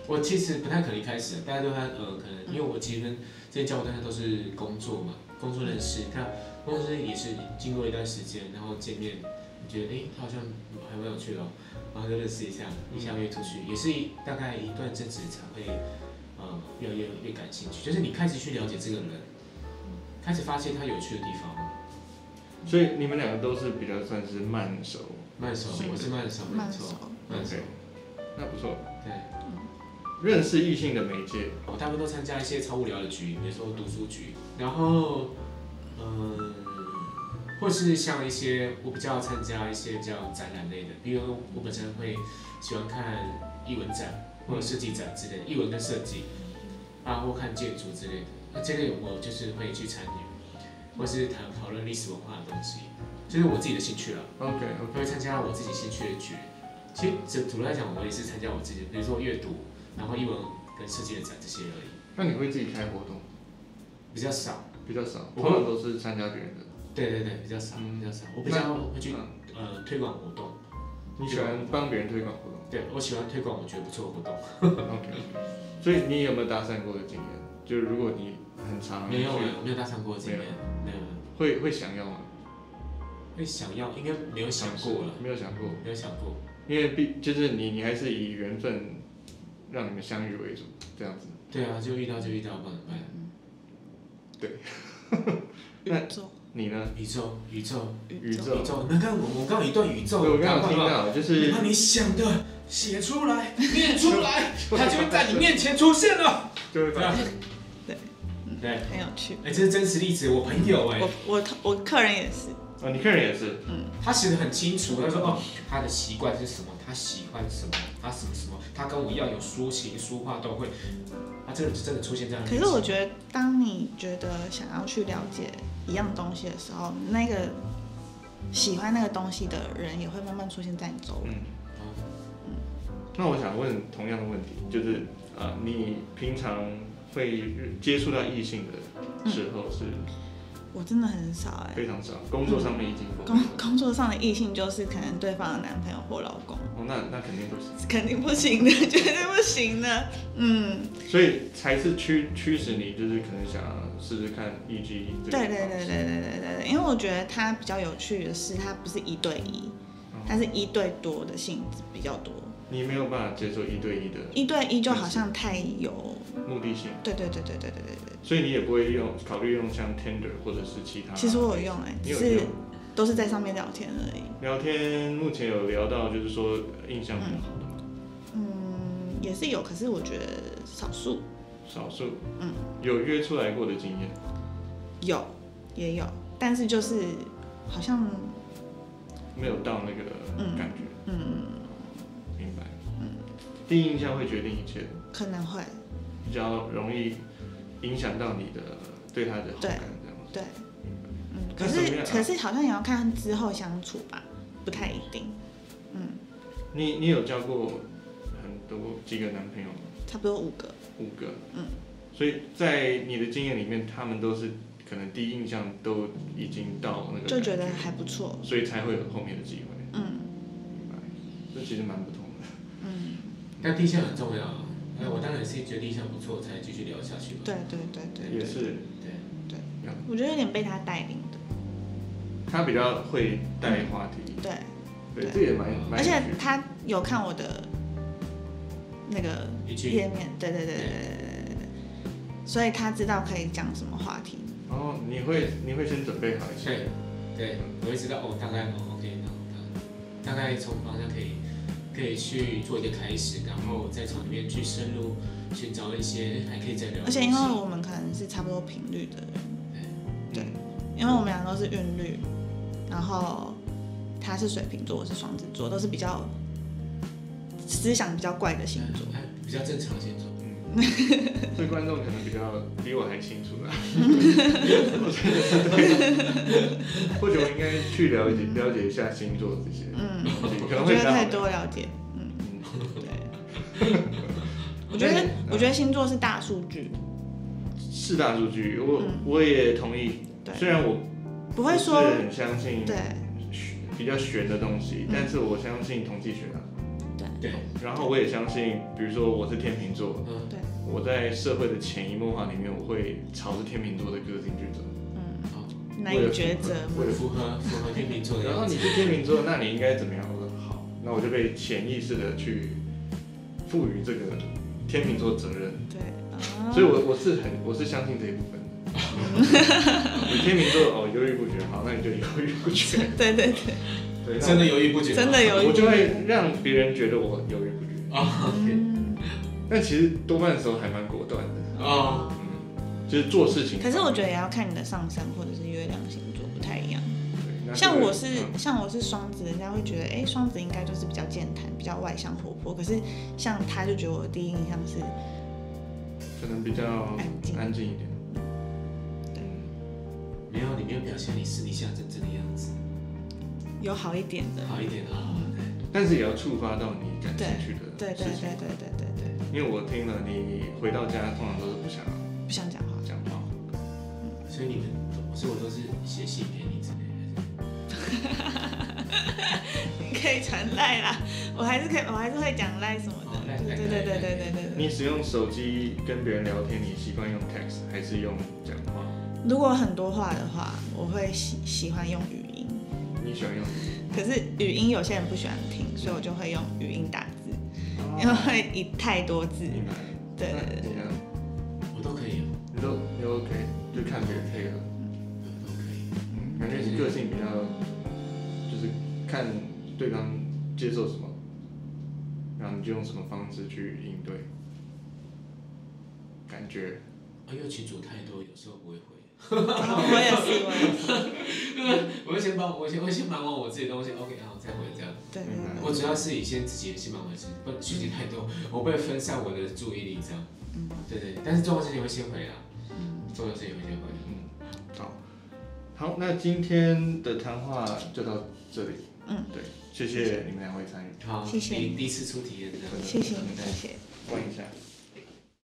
Speaker 3: 我其实不太可能一开始，大家对他呃，可能因为我其实跟这些交往对象都是工作嘛，工作认识，那工作认识也是经过一段时间，然后见面，你觉得诶，他好像还蛮有趣的、哦，然后就认识一下，一下约出去，也是一大概一段阵子才会呃越来越越感兴趣，就是你开始去了解这个人，开始发现他有趣的地方。
Speaker 5: 所以你们两个都是比较算是慢熟，
Speaker 3: 慢熟，
Speaker 4: 是
Speaker 3: 我是慢熟，没
Speaker 4: 慢熟
Speaker 3: 错，慢熟，
Speaker 5: 那不错。
Speaker 3: 对。
Speaker 5: 认识异性的媒介，
Speaker 3: 我大部分哦都参加一些超无聊的局，比如说读书局，然后，嗯，或是像一些我比较参加一些比较展览类的，比如我本身会喜欢看艺文展或者设计展之类的，艺文跟设计，啊，或看建筑之类的，那这类我就是会去参与，或是谈讨论历史文化的东西，这、是我自己的兴趣了。
Speaker 5: OK
Speaker 3: 我
Speaker 5: OK，
Speaker 3: 会参加我自己兴趣的局。其实主主要来讲，我也是参加我自己的，比如说阅读，然后英文跟设计的展这些而已，
Speaker 5: 那你会自己开活动？
Speaker 3: 比较少。
Speaker 5: 比较少，
Speaker 3: 我
Speaker 5: 通常都是参加别人的。
Speaker 3: 对对对，比较少，
Speaker 5: 嗯
Speaker 3: 比较少。我比较会去
Speaker 5: 嗯
Speaker 3: 呃推广活动，
Speaker 5: 你喜欢帮别人推广活动
Speaker 3: 对我喜欢推广我觉得不错的活动。 [laughs]
Speaker 5: ？OK。所以你有没有搭讪过的经验？就是如果你很常
Speaker 3: 没有
Speaker 5: 啊去
Speaker 3: 哎，我没有搭讪过的经验
Speaker 5: 没有，
Speaker 3: 没有。没有
Speaker 5: 会会想要吗？
Speaker 3: 会想要，应该没有想过了，
Speaker 5: 没有想过，
Speaker 3: 没有想过。
Speaker 5: 因为毕就是你你还是以缘分让你们相遇为主，这样子。
Speaker 3: 对啊，就遇到就遇到，不然怎么办？
Speaker 4: 宇
Speaker 5: 那
Speaker 4: 宙，
Speaker 5: 你呢？
Speaker 3: 宇宙，宇宙，
Speaker 4: 宇
Speaker 5: 宇
Speaker 4: 宙，
Speaker 5: 宙
Speaker 3: 宇宙。那刚我我刚有一段宇宙，
Speaker 5: 对我刚刚
Speaker 3: 赶快
Speaker 5: 有听到，就是
Speaker 3: 把你想的写
Speaker 5: [laughs]
Speaker 3: 出来，念出来，它就会在你面前出现了。
Speaker 5: 就会发现
Speaker 3: 对，
Speaker 4: 很有趣。
Speaker 3: 哎，这是真实例子，我朋友哎
Speaker 4: 我，我我客人也是，
Speaker 5: 哦，你个人也是，
Speaker 3: 他写的很清楚，他说哦，他的习惯是什么，他喜欢什么，他什么什么，他跟我一样有抒情书画都会，他真的真的出现这样的
Speaker 4: 可
Speaker 3: 例
Speaker 4: 是我
Speaker 3: 子。
Speaker 4: 觉得，当你觉得想要去了解一样东西的时候，那个嗯喜欢那个东西的人也会慢慢出现在你周围。
Speaker 5: 嗯，那我想问同样的问题，就是呃，你平常会接触到异性的时候是
Speaker 4: 嗯我真的很少哎、
Speaker 5: 非常少，工作上面已经够
Speaker 4: 工工作上的异性就是可能对方的男朋友或老公，
Speaker 5: 哦，那那肯定不行，
Speaker 4: 肯定不行的，绝对不行的。嗯，
Speaker 5: 所以才是驱驱使你就是可能想要试试看 EG 这个
Speaker 4: 对对
Speaker 5: 方
Speaker 4: 对对
Speaker 5: 式
Speaker 4: 对对对对，因为我觉得它比较有趣的是，它不是一对一，它是一对多的性质比较多。
Speaker 5: 你没有办法接受一对一的
Speaker 4: 一对一就好像太有，
Speaker 5: 目的性，
Speaker 4: 对对对对对对对对。
Speaker 5: 所以你也不会用考虑用像 Tinder 或者是其他。
Speaker 4: 其实我有用哎、
Speaker 5: 你
Speaker 4: 只
Speaker 5: 有
Speaker 4: 是
Speaker 5: 用
Speaker 4: 都是在上面聊天而已。
Speaker 5: 聊天目前有聊到就是说印象很好的吗？
Speaker 4: 嗯，也是有，可是我觉得少数
Speaker 5: 少数，
Speaker 4: 嗯，
Speaker 5: 有约出来过的经验，
Speaker 4: 有也有，但是就是好像
Speaker 5: 没有到那个
Speaker 4: 嗯
Speaker 5: 感觉，
Speaker 4: 嗯
Speaker 5: 明白？第一印象会决定一切，
Speaker 4: 可能会
Speaker 5: 比较容易影响到你的对他的好感这样子。
Speaker 4: 对，
Speaker 5: 明白
Speaker 4: 嗯，
Speaker 5: 那
Speaker 4: 可
Speaker 5: 怎么
Speaker 4: 是
Speaker 5: 样啊
Speaker 4: 可是好像也要看之后相处吧，不太一定，嗯，
Speaker 5: 你你有交过很多几个男朋友吗？
Speaker 4: 差不多五个，
Speaker 5: 五个。
Speaker 4: 嗯。
Speaker 5: 所以在你的经验里面，他们都是可能第一印象都已经到那个，
Speaker 4: 就觉得，还不错，
Speaker 5: 所以才会有后面的机会。
Speaker 4: 嗯
Speaker 5: 明白？这其实蛮不同的。
Speaker 4: 嗯，
Speaker 3: 但第一项很重要啊。那我当然是觉得第一项不错，才继续聊下去嘛。
Speaker 4: 对对对对
Speaker 5: 也
Speaker 4: 对，
Speaker 5: 是，
Speaker 3: 对。
Speaker 4: 我觉得有点被他带领的，
Speaker 5: 他比较会带话题，
Speaker 4: 对，
Speaker 5: 对，
Speaker 4: 嗯对
Speaker 5: 这也蛮蛮
Speaker 4: 而
Speaker 5: 有趣
Speaker 4: 且
Speaker 5: 的。
Speaker 4: 他有看我的那个
Speaker 3: 一句
Speaker 4: 页面，对对对对对对对对，所以他知道可以讲什么话题，
Speaker 5: 然后你会你会先准备好一些
Speaker 3: 对，对，我会知道哦，大概哦，OK，那那大概从方向可以可以去做一个开始，然后再从里面去深入寻找一些还可以再聊的
Speaker 4: 而
Speaker 3: 东西。
Speaker 4: 且因为我们可能是差不多频率的人。对
Speaker 5: 嗯
Speaker 4: 因为我们俩都是韵律，然后他是水瓶座，我是双子座，都是比较思想比较怪的星座。
Speaker 3: 哎比较正常星座，
Speaker 5: 对观众可能比较比我还清
Speaker 4: [laughs]
Speaker 5: 楚啦。啊我觉得对，或者我应该去了解了解一下星座这些，
Speaker 4: 嗯，
Speaker 5: 可能
Speaker 4: 我
Speaker 5: 会比
Speaker 4: 觉得
Speaker 5: 较好
Speaker 4: 太多了解。嗯，
Speaker 5: 嗯
Speaker 4: 对。我觉得，我觉得星座是大数据，
Speaker 5: 是大数据，我
Speaker 4: 嗯
Speaker 5: 我也同意。
Speaker 4: 对
Speaker 5: 虽然我
Speaker 4: 不会
Speaker 5: 是
Speaker 4: 说
Speaker 5: 很相信
Speaker 4: 对
Speaker 5: 玄比较玄的东西
Speaker 4: 嗯，
Speaker 5: 但是我相信统计学啊。
Speaker 3: 对，
Speaker 5: 然后我也相信，比如说我是天秤座，
Speaker 3: 嗯，
Speaker 4: 对，
Speaker 5: 我在社会的潜移默化里面，我会朝着天秤座的个性去走。
Speaker 4: 嗯，
Speaker 3: 好，
Speaker 4: 难以抉择嘛。
Speaker 5: 为了
Speaker 3: 符合符合天秤座的
Speaker 5: 然
Speaker 3: 样
Speaker 5: 后
Speaker 3: 子。
Speaker 5: 你是天秤座，那你应该怎么样？我说好，那我就被潜意识的去赋予这个天秤座责任，
Speaker 4: 对啊，
Speaker 5: 所以我我是很我是相信这一部分的。你天秤座哦，犹豫不决，好，那你就犹豫不决。
Speaker 4: [laughs] 对对对，
Speaker 5: 对，那
Speaker 3: 真的犹豫不决吗，
Speaker 4: 真的有一
Speaker 5: 我就会让别人觉得我犹豫不决，
Speaker 3: 啊
Speaker 4: 嗯，
Speaker 5: 但其实多半时候还蛮果断的，
Speaker 3: 啊，
Speaker 5: 嗯，就是做事情。
Speaker 4: 可是我觉得也要看你的上升或者是月亮星座不太一样。
Speaker 5: 对
Speaker 4: 像我是、
Speaker 5: 那嗯
Speaker 4: 像我是双子，人家会觉得，哎、双子应该就是比较健谈、比较外向、活泼。可是像他就觉得我的第一印象是，
Speaker 5: 这个嗯可能比较
Speaker 4: 安静
Speaker 5: 安静一点。
Speaker 3: 没有，你没有表现你私底下真正的样子，
Speaker 4: 有好一点的。
Speaker 3: 好一点啊，对
Speaker 5: 但是也要触发到你感兴趣
Speaker 4: 对
Speaker 5: 的事
Speaker 4: 对
Speaker 5: 情
Speaker 4: 对。对对对对，
Speaker 5: 因为我听了你回到家通常都是不想
Speaker 4: 不想讲话，
Speaker 5: 讲话，
Speaker 3: 所以你们，所以我都是写信给你之类的。
Speaker 4: 你 [laughs] 可以传赖啦，我还是可以，我还是会讲赖什么
Speaker 3: 哦赖
Speaker 4: 的。对对对对对对对对。
Speaker 5: 你使用手机跟别人聊天，你习惯用 text 还是用讲话？
Speaker 4: 如果很多话的话，我会喜喜欢用语音，
Speaker 5: 你喜欢用？
Speaker 4: 可是语音有些人不喜欢听，所以我就会用语音打字，因为一太多字。
Speaker 5: 明白？
Speaker 4: 对对对
Speaker 5: 那你呢？
Speaker 3: 我都可以哦，
Speaker 5: 你都你 OK，就看别人配合，
Speaker 3: 我都可以。
Speaker 5: 嗯感觉你个性比较，就是看对方接受什么，然后你就用什么方式去应对，感觉。
Speaker 3: 啊，因为群主太多，有时候不会回。
Speaker 4: [laughs] 好我也是，我也是。
Speaker 3: [laughs] 我会先帮，我先我会先忙完我自己的东西，OK，好，再回这样。
Speaker 4: 对对
Speaker 5: 明白
Speaker 4: 对。
Speaker 3: 我主要是以先自己先忙完事，不然讯息太多，我不会分散我的注意力这样。
Speaker 4: 嗯
Speaker 3: 对对，但是重要的事情会先回啊，重要的事情会先回。
Speaker 5: 嗯好，那今天的谈话就到这里。对，谢谢你们两位参与，
Speaker 3: 好，
Speaker 4: 谢谢
Speaker 3: 第第一次出题的，
Speaker 4: 谢谢，谢谢。
Speaker 5: 问一下。